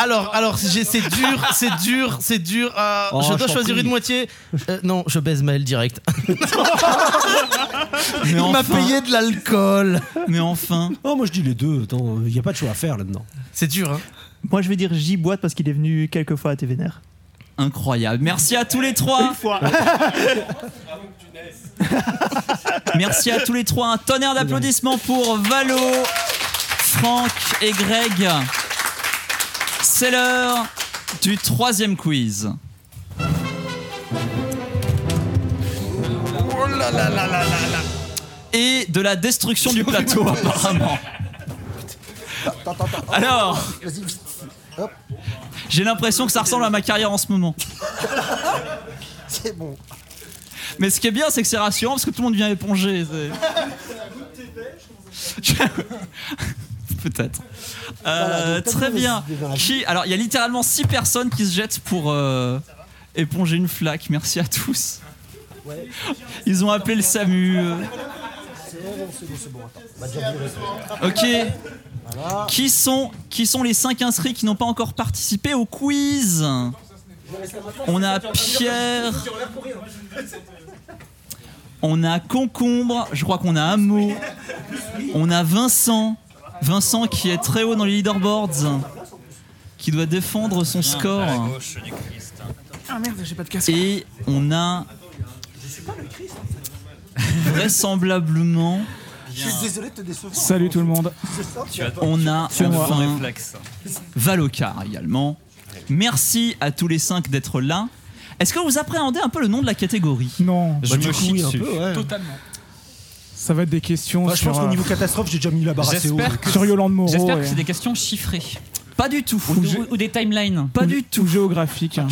[SPEAKER 6] Alors, alors, j'ai- c'est dur, c'est dur, c'est dur. euh,
[SPEAKER 1] Oh,
[SPEAKER 6] je dois
[SPEAKER 1] je t'en
[SPEAKER 6] choisir
[SPEAKER 1] prie.
[SPEAKER 6] une moitié. Euh, non, je baise Maël direct. Il m'a payé de l'alcool.
[SPEAKER 1] Mais enfin.
[SPEAKER 24] Oh, moi je dis les deux. Attends, il n'y a pas de choix à faire là-dedans.
[SPEAKER 6] C'est dur, hein.
[SPEAKER 17] Moi, je vais dire J boîte parce qu'il est venu quelques fois à TV Vénère.
[SPEAKER 1] Incroyable. Merci à tous les trois. Merci à tous les trois. Un tonnerre d'applaudissements pour Valo, Franck et Greg. C'est l'heure du troisième quiz. Et de la destruction du plateau, apparemment. Alors, j'ai l'impression que ça ressemble à ma carrière en ce moment.
[SPEAKER 7] C'est bon.
[SPEAKER 1] Mais ce qui est bien, c'est que c'est rassurant parce que tout le monde vient éponger. c'est- Peut-être. Euh,
[SPEAKER 7] Voilà, donc,
[SPEAKER 1] très
[SPEAKER 7] peut-être
[SPEAKER 1] bien.
[SPEAKER 7] qu'on va se débarrasser.
[SPEAKER 1] Qui Alors, il y a littéralement six personnes qui se jettent pour euh, éponger une flaque. Merci à tous. Ils ont appelé le SAMU. euh.
[SPEAKER 7] C'est bon, c'est bon, c'est bon. Attends. On va déjà virer ça.
[SPEAKER 1] Ok.
[SPEAKER 7] Voilà.
[SPEAKER 1] Qui sont, qui sont les cinq inscrits qui n'ont pas encore participé au quiz On a Pierre. On a Concombre, je crois qu'on a Amo. On a Vincent. Vincent qui est très haut dans les leaderboards. Qui doit défendre son score.
[SPEAKER 11] Ah merde, j'ai pas de casque.
[SPEAKER 1] Et on a vraisemblablement.
[SPEAKER 22] Je suis désolé de te décevoir.
[SPEAKER 11] Salut tout le monde.
[SPEAKER 1] On a
[SPEAKER 11] C'est moi.
[SPEAKER 1] enfin Valocar également. Merci à tous les cinq d'être là. Est-ce que vous appréhendez un peu le nom de la catégorie
[SPEAKER 11] Non.
[SPEAKER 24] Je Bah, me du coup, chie oui, un dessus. peu, ouais.
[SPEAKER 11] Totalement. Ça va être des questions
[SPEAKER 24] Bah, je
[SPEAKER 11] sur,
[SPEAKER 24] pense qu'au
[SPEAKER 11] euh,
[SPEAKER 24] niveau catastrophe, j'ai déjà mis la barre assez haut.
[SPEAKER 11] J'espère que- sur Yolande Moreau.
[SPEAKER 9] J'espère que
[SPEAKER 11] ouais.
[SPEAKER 9] c'est des questions chiffrées.
[SPEAKER 1] Pas du tout.
[SPEAKER 9] Ou, ou- ou des timelines.
[SPEAKER 1] Pas du tout.
[SPEAKER 11] Géographique. hein.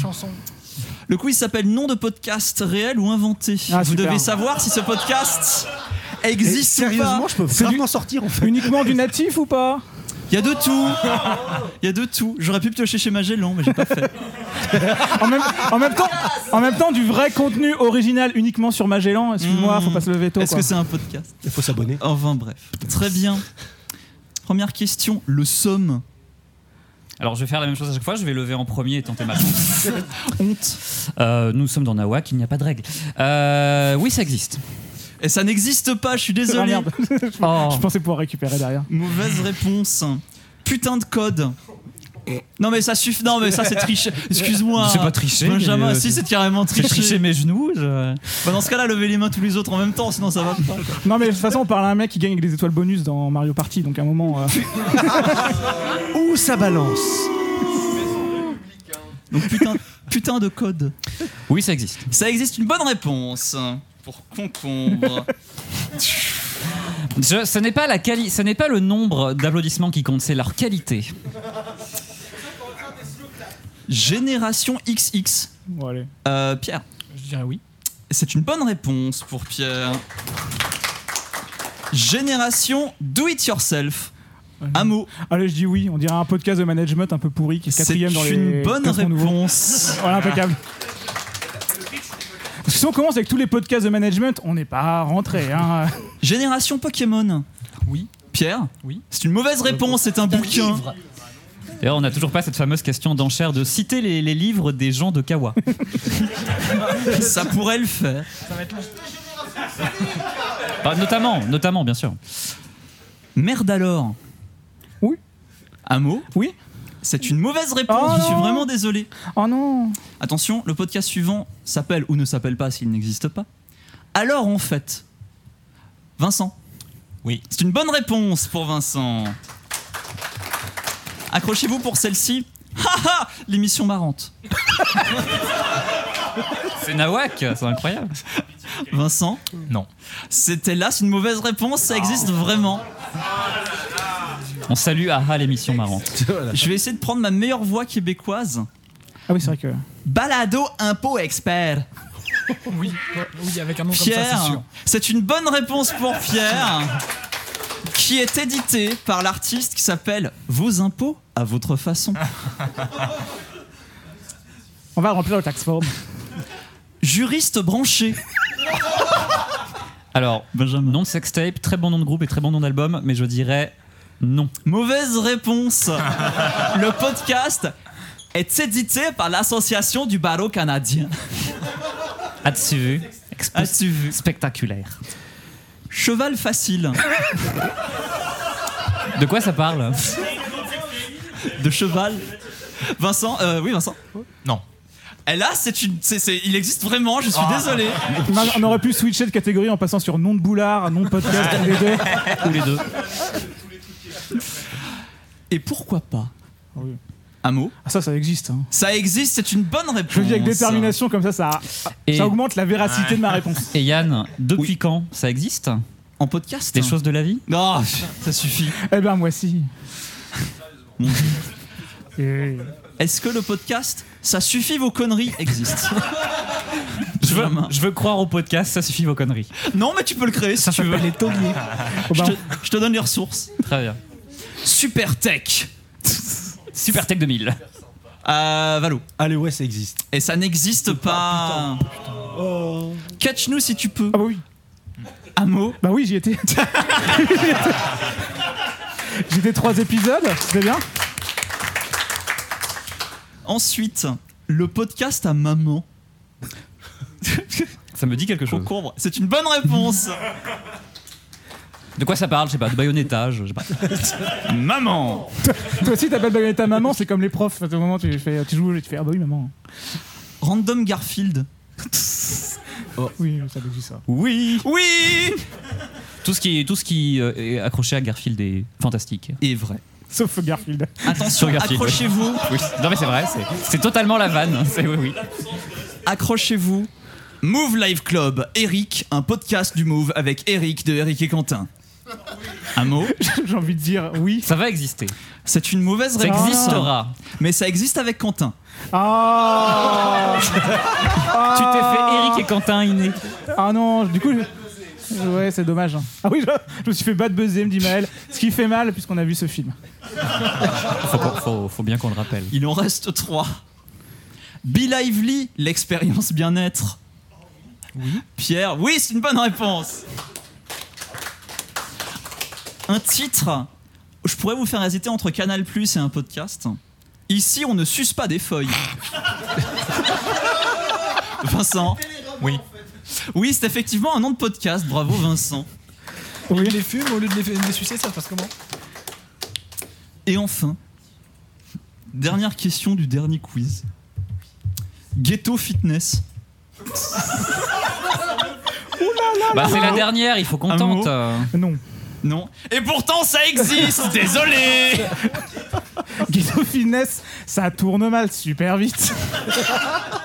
[SPEAKER 1] Le quiz s'appelle nom de podcast réel ou inventé.
[SPEAKER 11] Ah,
[SPEAKER 1] vous
[SPEAKER 11] super.
[SPEAKER 1] devez savoir si ce podcast existe
[SPEAKER 11] Et
[SPEAKER 1] ou pas.
[SPEAKER 11] sérieusement, je peux C'est du- vraiment
[SPEAKER 1] sortir en
[SPEAKER 11] Uniquement du natif ou pas
[SPEAKER 1] Il y a de tout. Il y a de tout. J'aurais pu piocher chez Magellan, mais j'ai pas fait.
[SPEAKER 11] en, même, en même temps, en même temps, du vrai contenu original uniquement sur Magellan. Excuse-moi, Ah,
[SPEAKER 12] Hmm.
[SPEAKER 11] faut pas se lever tôt.
[SPEAKER 1] Est-ce
[SPEAKER 11] quoi.
[SPEAKER 1] que c'est un podcast
[SPEAKER 24] Il faut s'abonner.
[SPEAKER 1] Enfin bref. Très bien. Première question, le somme.
[SPEAKER 2] Alors je vais faire la même chose à chaque fois, je vais lever en premier et tenter ma chance. Honte. Euh, nous sommes dans Nawak, il n'y a pas de règle. Euh, oui, ça existe.
[SPEAKER 1] Et ça n'existe pas, je suis
[SPEAKER 2] désolé.
[SPEAKER 1] merde.
[SPEAKER 2] Oh.
[SPEAKER 12] Je pensais pouvoir récupérer derrière.
[SPEAKER 1] Mauvaise réponse. Putain de code. Non mais ça suffit. Non mais ça c'est tricher. Excuse-moi.
[SPEAKER 2] C'est pas tricher,
[SPEAKER 1] Benjamin,
[SPEAKER 2] mais, euh,
[SPEAKER 1] si c'est carrément
[SPEAKER 2] c'est
[SPEAKER 1] tricher.
[SPEAKER 2] tricher mes genoux.
[SPEAKER 1] Bah, dans ce cas-là, levez les mains tous les autres en même temps, sinon ça va pas.
[SPEAKER 12] Non, mais de toute façon, on parle à un mec qui gagne avec des étoiles bonus dans Mario Party, donc à un moment. euh.
[SPEAKER 1] Où ça balance Donc putain, putain de code.
[SPEAKER 2] Oui, ça existe.
[SPEAKER 1] Ça existe une bonne réponse pour concombre.
[SPEAKER 2] Je- ce n'est pas la quali- ce n'est pas le nombre d'applaudissements qui compte, c'est leur qualité.
[SPEAKER 1] Génération XX.
[SPEAKER 12] Bon, allez.
[SPEAKER 1] Euh, Pierre.
[SPEAKER 12] Je dirais oui.
[SPEAKER 1] C'est une bonne réponse pour Pierre. Génération do it yourself. Un mot.
[SPEAKER 12] Allez, je dis oui. On dirait un podcast de management un peu pourri qui est
[SPEAKER 1] C'est
[SPEAKER 12] quatrième dans les.
[SPEAKER 1] une bonne
[SPEAKER 12] classements nouveaux.
[SPEAKER 1] réponse.
[SPEAKER 12] voilà, impeccable. Parce que si on commence avec tous les podcasts de management, on n'est pas rentré. Hein.
[SPEAKER 1] Génération Pokémon.
[SPEAKER 12] Oui.
[SPEAKER 1] Pierre. Oui. C'est une mauvaise réponse. C'est un bouquin.
[SPEAKER 2] D'ailleurs, on n'a toujours pas cette fameuse question d'enchère de citer les, les livres des gens de Kawa.
[SPEAKER 1] Ça pourrait le faire.
[SPEAKER 2] Enfin, Bah, notamment, notamment, bien sûr.
[SPEAKER 1] Merde alors.
[SPEAKER 12] Oui.
[SPEAKER 1] Un mot.
[SPEAKER 12] Oui.
[SPEAKER 1] C'est une mauvaise réponse.
[SPEAKER 12] Oh
[SPEAKER 1] je suis
[SPEAKER 12] non.
[SPEAKER 1] vraiment désolé.
[SPEAKER 12] Oh non.
[SPEAKER 1] Attention, le podcast suivant s'appelle ou ne s'appelle pas s'il n'existe pas. Alors on fête. Vincent.
[SPEAKER 13] Oui.
[SPEAKER 1] C'est une bonne réponse pour Vincent. Accrochez-vous pour celle-ci. Haha, l'émission marrante.
[SPEAKER 2] C'est Nawak, c'est incroyable.
[SPEAKER 1] Vincent
[SPEAKER 2] Non.
[SPEAKER 1] C'était là, c'est une mauvaise réponse, ça existe vraiment.
[SPEAKER 2] On salue Aha l'émission marrante.
[SPEAKER 1] Je vais essayer de prendre ma meilleure voix québécoise.
[SPEAKER 12] Ah oui, c'est vrai que.
[SPEAKER 1] Balado impôt expert.
[SPEAKER 5] Oui, oui, avec un nom comme ça, c'est
[SPEAKER 1] Pierre,
[SPEAKER 5] sûr.
[SPEAKER 1] c'est une bonne réponse pour Pierre, qui est édité par l'artiste qui s'appelle Vos impôts à votre façon.
[SPEAKER 12] On va remplir le tax form.
[SPEAKER 1] Juriste branché.
[SPEAKER 2] Alors, nom de sextape, très bon nom de groupe et très bon nom d'album, mais je dirais non.
[SPEAKER 1] Mauvaise réponse. Le podcast est édité par l'Association du barreau canadien.
[SPEAKER 2] As-tu vu
[SPEAKER 1] As-tu vu
[SPEAKER 2] Spectaculaire.
[SPEAKER 1] Cheval facile.
[SPEAKER 2] De quoi ça parle
[SPEAKER 1] De cheval. Vincent, euh, oui Vincent
[SPEAKER 13] Non.
[SPEAKER 1] Et là, c'est une, c'est- c'est- il existe vraiment, je suis
[SPEAKER 12] Ah.
[SPEAKER 1] désolé.
[SPEAKER 12] On, a- on aurait pu switcher de catégorie en passant sur nom de boulard, nom de podcast, tous les deux.
[SPEAKER 1] Tous les deux. Et pourquoi pas Un mot
[SPEAKER 12] Ah, ça, ça existe. hein.
[SPEAKER 1] Ça existe, c'est une bonne réponse.
[SPEAKER 12] Je le dis avec détermination, comme ça, ça,
[SPEAKER 2] Et-
[SPEAKER 12] ça augmente la véracité de ma réponse.
[SPEAKER 2] Et Yann, depuis quand ça existe
[SPEAKER 1] En podcast hein.
[SPEAKER 2] Des choses de la vie
[SPEAKER 1] Non, ça suffit.
[SPEAKER 12] Eh ben, moi, si.
[SPEAKER 1] Est-ce que le podcast, ça suffit vos conneries, existe
[SPEAKER 2] je veux, je veux croire au podcast, ça suffit vos conneries.
[SPEAKER 1] Non, mais tu peux le créer si tu veux.
[SPEAKER 12] les tauliers.
[SPEAKER 1] Je te, je te donne les ressources.
[SPEAKER 2] Très bien.
[SPEAKER 1] Super Tech.
[SPEAKER 2] Super Tech 2000.
[SPEAKER 1] Euh, Valo.
[SPEAKER 13] Allez, ouais, ça existe. Oh,
[SPEAKER 1] Et ça n'existe pas. Catch-nous si tu peux. Ah
[SPEAKER 12] bah oui.
[SPEAKER 1] Un mot
[SPEAKER 12] Bah oui, j'y étais. J'étais trois épisodes, c'était bien.
[SPEAKER 1] Ensuite, le podcast à maman.
[SPEAKER 2] Ça me dit quelque chose.
[SPEAKER 1] Concombre, c'est une bonne réponse.
[SPEAKER 2] De quoi ça parle Je sais pas, de baïonnettage, je sais pas.
[SPEAKER 1] Maman
[SPEAKER 12] Toi aussi, t'appelles Bayonetta ta maman, c'est comme les profs. Au moment, tu, fais, tu joues et tu fais Ah bah oui, maman.
[SPEAKER 1] Random Garfield.
[SPEAKER 12] Oui, ça existe ça.
[SPEAKER 2] Oui
[SPEAKER 1] Oui
[SPEAKER 2] Tout ce qui, tout ce qui euh, est accroché à Garfield est fantastique.
[SPEAKER 1] Et vrai.
[SPEAKER 12] Sauf Garfield.
[SPEAKER 1] Attention,
[SPEAKER 2] Sur Garfield, oui.
[SPEAKER 1] accrochez-vous.
[SPEAKER 2] Oui. Non mais c'est vrai, c'est- c'est totalement la vanne. C'est- Oui, oui.
[SPEAKER 1] Accrochez-vous. Move Live Club, Eric, un podcast du Move avec Eric de Eric et Quentin. Un mot
[SPEAKER 12] J'ai envie de dire oui.
[SPEAKER 2] Ça va exister.
[SPEAKER 1] C'est une mauvaise
[SPEAKER 2] Ça
[SPEAKER 1] réponse.
[SPEAKER 2] existera.
[SPEAKER 1] Mais ça existe avec Quentin.
[SPEAKER 12] Ah
[SPEAKER 2] Tu t'es fait Eric et Quentin inné.
[SPEAKER 12] Ah non, du coup. je- Ouais, c'est dommage. hein. Ah oui, je, je me suis fait battre buzzer, me dit Maël. Ce qui fait mal, puisqu'on a vu ce film.
[SPEAKER 2] Faut, qu'on- faut- faut bien qu'on le rappelle.
[SPEAKER 1] Il en reste trois. Be Lively, l'expérience bien-être. Pierre, oui, c'est une bonne réponse. Un titre. Je pourrais vous faire hésiter entre Canal Plus et un podcast. Ici, on ne suce pas des feuilles. Vincent. Oui. Oui, c'est effectivement un nom de podcast. Bravo, Vincent.
[SPEAKER 25] Oui. les fume au lieu de les, de les sucer, ça se passe comment
[SPEAKER 1] Et enfin, dernière question du dernier quiz. Ghetto Fitness. Ah
[SPEAKER 26] Bah, c'est la dernière, il faut qu'on
[SPEAKER 1] Un
[SPEAKER 26] tente.
[SPEAKER 1] mot.
[SPEAKER 26] euh.
[SPEAKER 1] Non. Non. Et pourtant, ça existe Désolé
[SPEAKER 12] Ghetto Fitness, ça tourne mal super vite.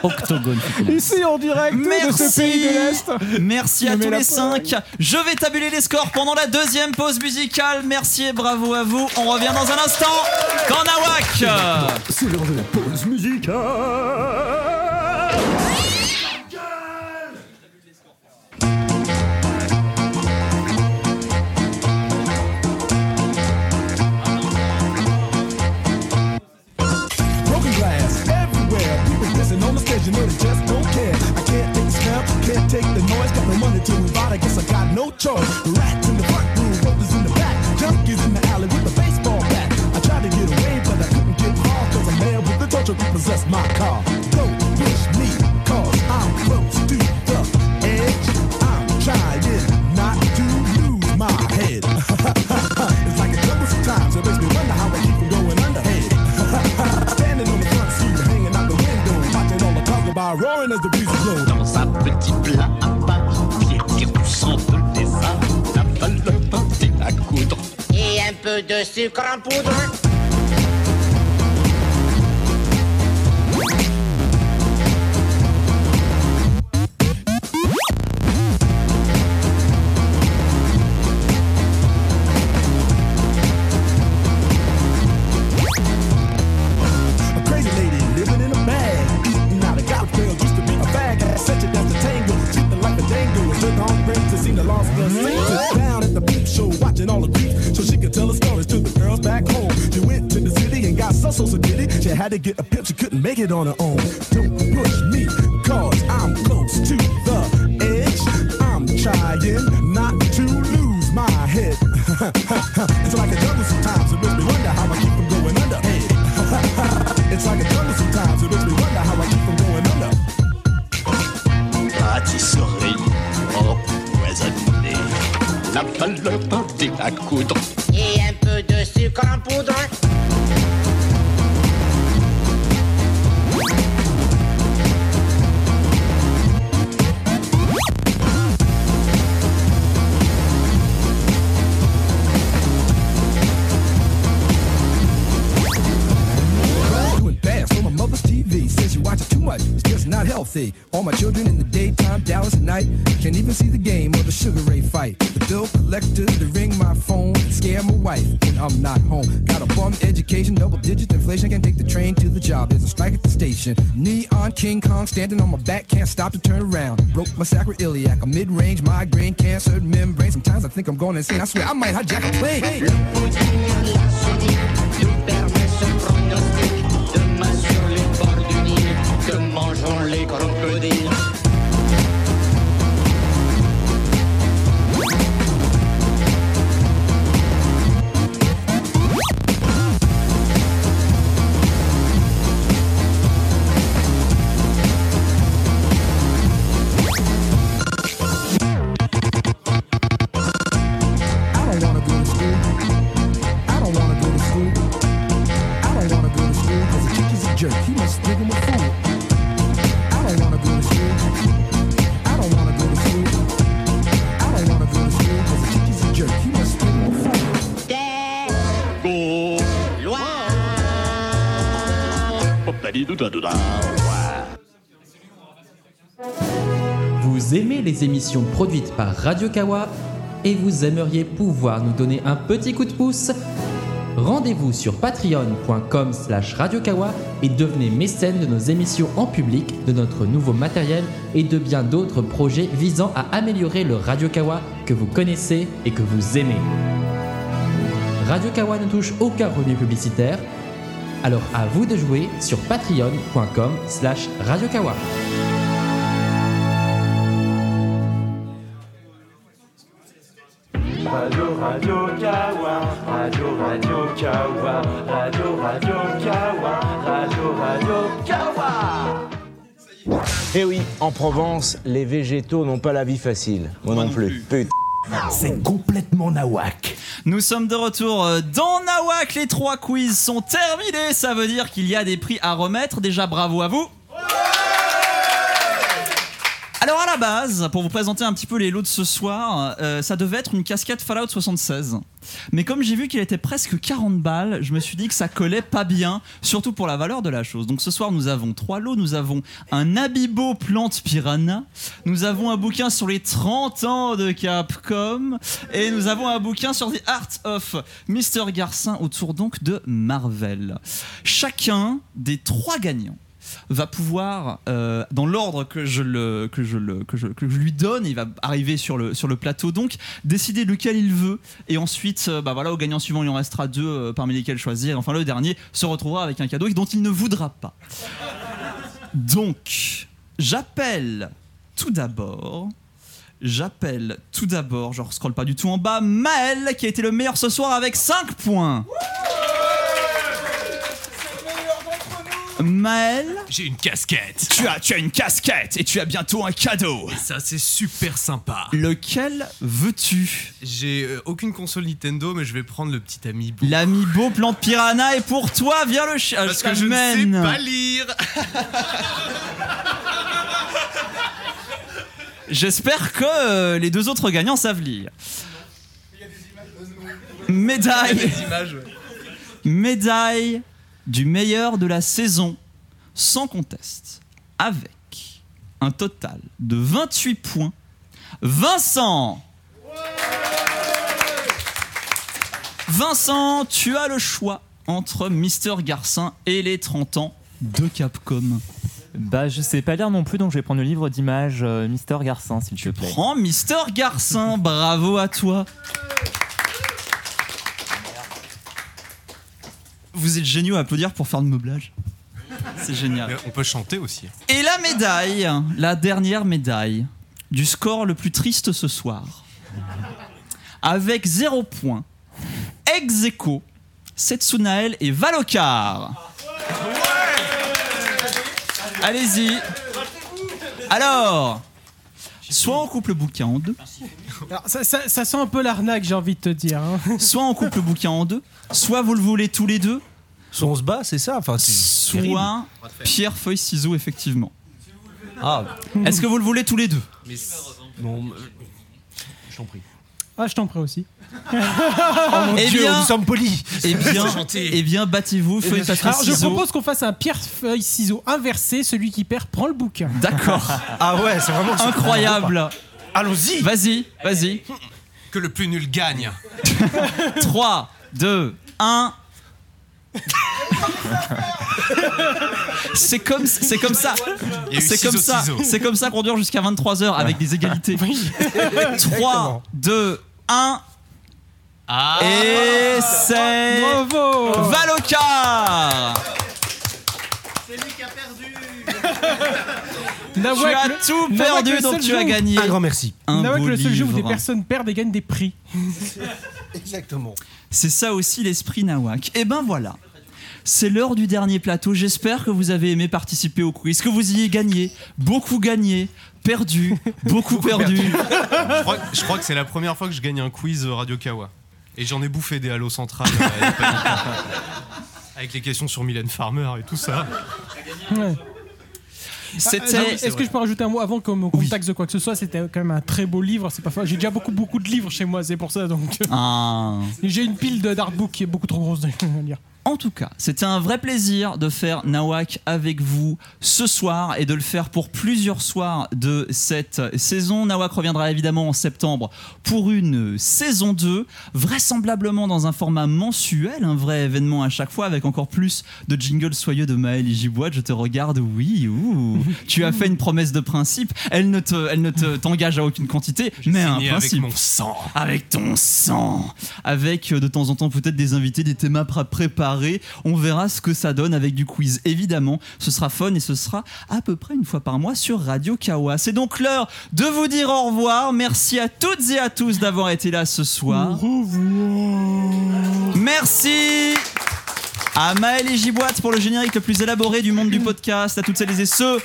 [SPEAKER 26] Octogone.
[SPEAKER 12] Ici en direct
[SPEAKER 1] Merci.
[SPEAKER 12] de ce pays de l'Est.
[SPEAKER 1] Merci
[SPEAKER 12] Je
[SPEAKER 1] à
[SPEAKER 12] mets
[SPEAKER 1] tous
[SPEAKER 12] la
[SPEAKER 1] les
[SPEAKER 12] poire.
[SPEAKER 1] cinq. Je vais tabuler les scores pendant la deuxième pause musicale. Merci et bravo à vous. On revient dans un instant dans Nawak.
[SPEAKER 27] C'est l'heure de la pause musicale.
[SPEAKER 25] Broken glass everywhere. People pissing on the stage, you know they just don't care. I can't take the smell, can't take the noise. Got no money to move out, I guess I got no choice. Rats in the front room, rollers in the back. Junkies in the alley with the baseball bat. I tried to get away, but I couldn't get far. Cause a man with the torture repossessed my car. Don't push me, cause I'm close to the edge. I'm trying not to lose my head. it's like a trouble sometimes, it makes me wonder how I keep from going under head. Standing on the front seat, hanging out the window, watching all the talk about roaring as the breeze blows. Dans sa petit plat à pâte, Pierre tire du sang de des arbres, t'appelles le pâté à coudre.
[SPEAKER 7] Et un peu de sucre en poudre.
[SPEAKER 25] A crazy lady living in a bag, eating out of cocktail, used to be a fag. I set you down to tango, treating like a dango. And took on breaks to seem to lost the senses. Down at the beach show, watching all the creeps, so she could tell her stories to the girls back home. She went to the city and got so so so did it. She had to get a pimp, she couldn't make it on her own. Don't push me, cause I'm close to the edge. I'm trying not to lose my head. it's like a jungle sometimes, it makes me wonder how I keep from going under. It's like a jungle sometimes. It makes me wonder how I keep from going under.
[SPEAKER 28] Pâtisserie,
[SPEAKER 5] oh,
[SPEAKER 28] empoisonnée. La balle de pâté à coudre.
[SPEAKER 7] Et un peu de sucre en poudre.
[SPEAKER 25] Doing fast on my mother's TV. Says you watch it too much. It's just not healthy. All my children in the daytime, Dallas at night. Can't even see the game or the Sugar Ray fight. The bill collectors, they ring my phone. Scare my wife when I'm not home. Got a bum education, double digit inflation. Can't take the train to the job. There's a strike at the station. Neon King Kong standing on my back. Can't stop to turn around. Broke my sacroiliac. A mid-range migraine, cancered membrane. Sometimes I think I'm going insane. I swear I might hijack a plane.
[SPEAKER 7] Que mangeons les crocodiles.
[SPEAKER 25] I don't wanna go to school. I don't wanna go to school. I don't wanna go to school because the teacher's a jerk. He must think I'm a fool. I don't wanna go to school. I don't wanna go to school. I don't wanna go to school because the teacher's a jerk. He must think I'm a fool.
[SPEAKER 5] Vous aimez les émissions produites par Radio Kawa et vous aimeriez pouvoir nous donner un petit coup de pouce Rendez-vous sur patreon.com slash radiokawa et devenez mécène de nos émissions en public, de notre nouveau matériel et de bien d'autres projets visant à améliorer le Radio Kawa que vous connaissez et que vous aimez. Radio Kawa ne touche aucun revenu publicitaire, alors à vous de jouer sur patreon.com slash radiokawa.
[SPEAKER 27] Radio, radio, kawa. Radio, radio, kawa. Radio, radio, kawa.
[SPEAKER 10] Eh oui, en Provence, les végétaux n'ont pas la vie facile. Moi non plus. Putain.
[SPEAKER 1] C'est complètement nawak. Nous sommes de retour euh, dans Nawak. Les trois quiz sont terminés. Ça veut dire qu'il y a des prix à remettre. Déjà, bravo à vous. Alors, à la base, pour vous présenter un petit peu les lots de ce soir, euh, ça devait être une casquette Fallout 76. Mais comme j'ai vu qu'il était presque 40 balles, je me suis dit que ça collait pas bien, surtout pour la valeur de la chose. Donc ce soir, nous avons trois lots. Nous avons un Abibo Plante Piranha, nous avons un bouquin sur les 30 ans de Capcom, et nous avons un bouquin sur The Art of Mr. Garcin autour donc de Marvel. Chacun des trois gagnants va pouvoir, euh, dans l'ordre que je le que je le que je, que je lui donne, il va arriver sur le sur le plateau donc décider lequel il veut et ensuite euh, bah voilà au gagnant suivant il en restera deux euh, parmi lesquels choisir. Enfin le dernier se retrouvera avec un cadeau dont il ne voudra pas. Donc j'appelle tout d'abord. J'appelle tout d'abord, je scroll pas du tout en bas, Maël qui a été le meilleur ce soir avec 5 points. Maël
[SPEAKER 14] J'ai une casquette.
[SPEAKER 1] Tu as, tu as une casquette et tu as bientôt un cadeau.
[SPEAKER 14] Ça, c'est super sympa.
[SPEAKER 1] Lequel veux-tu
[SPEAKER 14] J'ai euh, aucune console Nintendo, mais je vais prendre le petit ami.
[SPEAKER 1] L'ami beau plan de piranha est pour toi, viens le euh, chien.
[SPEAKER 14] Parce que je ne sais pas lire.
[SPEAKER 1] J'espère que euh, les deux autres gagnants savent lire. Médaille. Médaille du meilleur de la saison, sans conteste, avec un total de 28 points. Vincent Vincent, tu as le choix entre Mister Garcin et les 30 ans de Capcom.
[SPEAKER 29] Bah, je sais pas lire non plus, donc je vais prendre le livre d'images euh, Mister Garcin, s'il te plaît.
[SPEAKER 1] Prends Mister Garcin, bravo à toi. Vous êtes géniaux à applaudir pour faire de meublage. C'est génial.
[SPEAKER 14] On peut chanter aussi.
[SPEAKER 1] Et la médaille, la dernière médaille du score le plus triste ce soir. Avec 0 points, ex aequo, Setsunael et Valokar. Allez-y. Alors, soit on coupe le bouquin en deux,
[SPEAKER 5] Alors, Ah, ça, ça- ça sent un peu l'arnaque, j'ai envie de te dire. hein.
[SPEAKER 1] soit on coupe le bouquin en deux, soit vous le voulez tous les deux,
[SPEAKER 13] Soit on se bat, c'est ça. Enfin, c'est terrible.
[SPEAKER 1] soit Ah. pierre, feuille, ciseaux, effectivement.
[SPEAKER 13] Ah.
[SPEAKER 1] Est-ce que vous le voulez tous les deux
[SPEAKER 13] Mais bon, euh, je t'en prie.
[SPEAKER 5] Ah, je t'en prie aussi. Oh
[SPEAKER 1] Eh bien-
[SPEAKER 13] polis.
[SPEAKER 1] Eh bien,
[SPEAKER 5] C'est gentil.
[SPEAKER 1] eh bien battez-vous, feuille, papier,
[SPEAKER 5] Alors, je
[SPEAKER 1] ciseaux.
[SPEAKER 5] propose qu'on fasse un pierre-feuille-ciseau inversé. Celui qui perd prend le bouquin.
[SPEAKER 1] D'accord.
[SPEAKER 13] Ah ouais, c'est vraiment
[SPEAKER 1] incroyable.
[SPEAKER 13] Allons-y.
[SPEAKER 1] Vas-y, vas-y.
[SPEAKER 14] Que le plus nul gagne.
[SPEAKER 1] 3, 2, 1. C'est comme, c'est comme ça.
[SPEAKER 14] Il y a eu
[SPEAKER 1] C'est
[SPEAKER 14] ciseaux,
[SPEAKER 1] comme ça.
[SPEAKER 14] ciseaux.
[SPEAKER 1] C'est comme ça qu'on dure jusqu'à 23h avec des égalités. 3,
[SPEAKER 14] Exactement.
[SPEAKER 1] 2, 1.
[SPEAKER 5] Ah,
[SPEAKER 1] Ah. Et c'est Valokar.
[SPEAKER 5] Nawak,
[SPEAKER 1] Tu as
[SPEAKER 5] le-
[SPEAKER 1] tout
[SPEAKER 5] Nawak,
[SPEAKER 1] perdu,
[SPEAKER 5] le
[SPEAKER 1] donc
[SPEAKER 5] seul
[SPEAKER 1] tu
[SPEAKER 5] jeu
[SPEAKER 1] as
[SPEAKER 5] où-
[SPEAKER 1] gagné. Un grand merci. Un
[SPEAKER 5] Nawak,
[SPEAKER 1] beau
[SPEAKER 5] le seul jeu où des
[SPEAKER 1] livre.
[SPEAKER 5] personnes perdent et gagnent des prix.
[SPEAKER 13] Exactement.
[SPEAKER 1] C'est ça aussi l'esprit Nawak. Et ben voilà. C'est l'heure du dernier plateau. J'espère que vous avez aimé participer au quiz, que vous y ayez gagné, beaucoup gagné, perdu, beaucoup, perdu.
[SPEAKER 14] je, crois, je crois que c'est la première fois que je gagne un quiz euh, Radio Kawa. Et j'en ai bouffé des Halo Central. euh, et compagnie. Avec les questions sur Mylène Farmer et tout ça.
[SPEAKER 5] Ouais.
[SPEAKER 1] C'était-
[SPEAKER 5] Ah, ah, Est-ce que je peux rajouter un mot avant qu'on me contacte de quoi que ce soit C'était quand même un très beau livre. C'est pas faux. J'ai déjà beaucoup beaucoup de livres chez moi, c'est pour ça donc.
[SPEAKER 1] Ah.
[SPEAKER 5] J'ai une pile de d'artbook qui est beaucoup trop grosse à lire.
[SPEAKER 1] En tout cas, c'était un vrai plaisir de faire Nawak avec vous ce soir et de le faire pour plusieurs soirs de cette saison. Nawak reviendra évidemment en septembre pour une saison 2, vraisemblablement dans un format mensuel, un vrai événement à chaque fois avec encore plus de jingles soyeux de Maël Giboite. Je te regarde, oui, ouh, tu as fait une promesse de principe. Elle ne te, elle ne te- t'engage à aucune quantité, mais à un
[SPEAKER 14] signé avec
[SPEAKER 1] principe.
[SPEAKER 14] mon sang.
[SPEAKER 1] Avec ton sang avec euh, de temps en temps peut-être des invités, des thèmes à pré- préparés. On verra ce que ça donne avec du quiz, évidemment. Ce sera fun et ce sera à peu près une fois par mois sur Radio Kawa. C'est donc l'heure de vous dire au revoir. Merci à toutes et à tous d'avoir été là ce soir. Merci à Maël et Giboite pour le générique le plus élaboré du monde du podcast, à toutes celles et ceux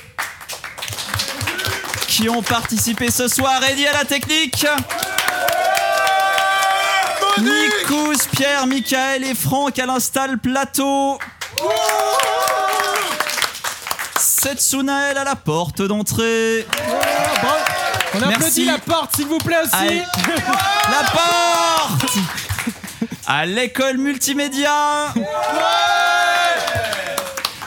[SPEAKER 1] qui ont participé ce soir. Eddie à la technique Nikous, Pierre, Michael et Franck à l'install plateau. Setsunael à la porte d'entrée.
[SPEAKER 5] On applaudit la porte, s'il vous plaît, aussi.
[SPEAKER 1] Allez. La porte À l'école multimédia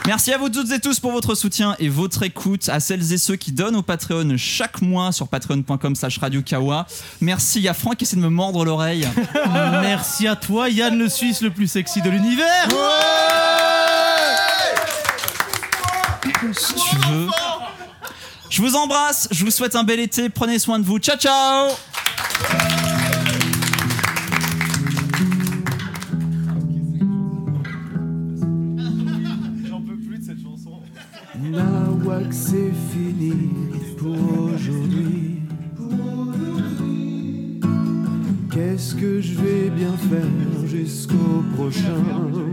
[SPEAKER 1] Merci à vous toutes et tous pour votre soutien et votre écoute, à celles et ceux qui donnent au Patreon chaque mois sur patreon.com slash radio kawa. Merci à Franck qui essaie de me mordre l'oreille.
[SPEAKER 21] Merci à toi, Yann le Suisse le plus sexy de l'univers.
[SPEAKER 1] si tu veux. Je vous embrasse, je vous souhaite un bel été, prenez soin de vous, ciao ciao
[SPEAKER 7] La WAC c'est fini pour aujourd'hui. Qu'est-ce que je vais bien faire jusqu'au prochain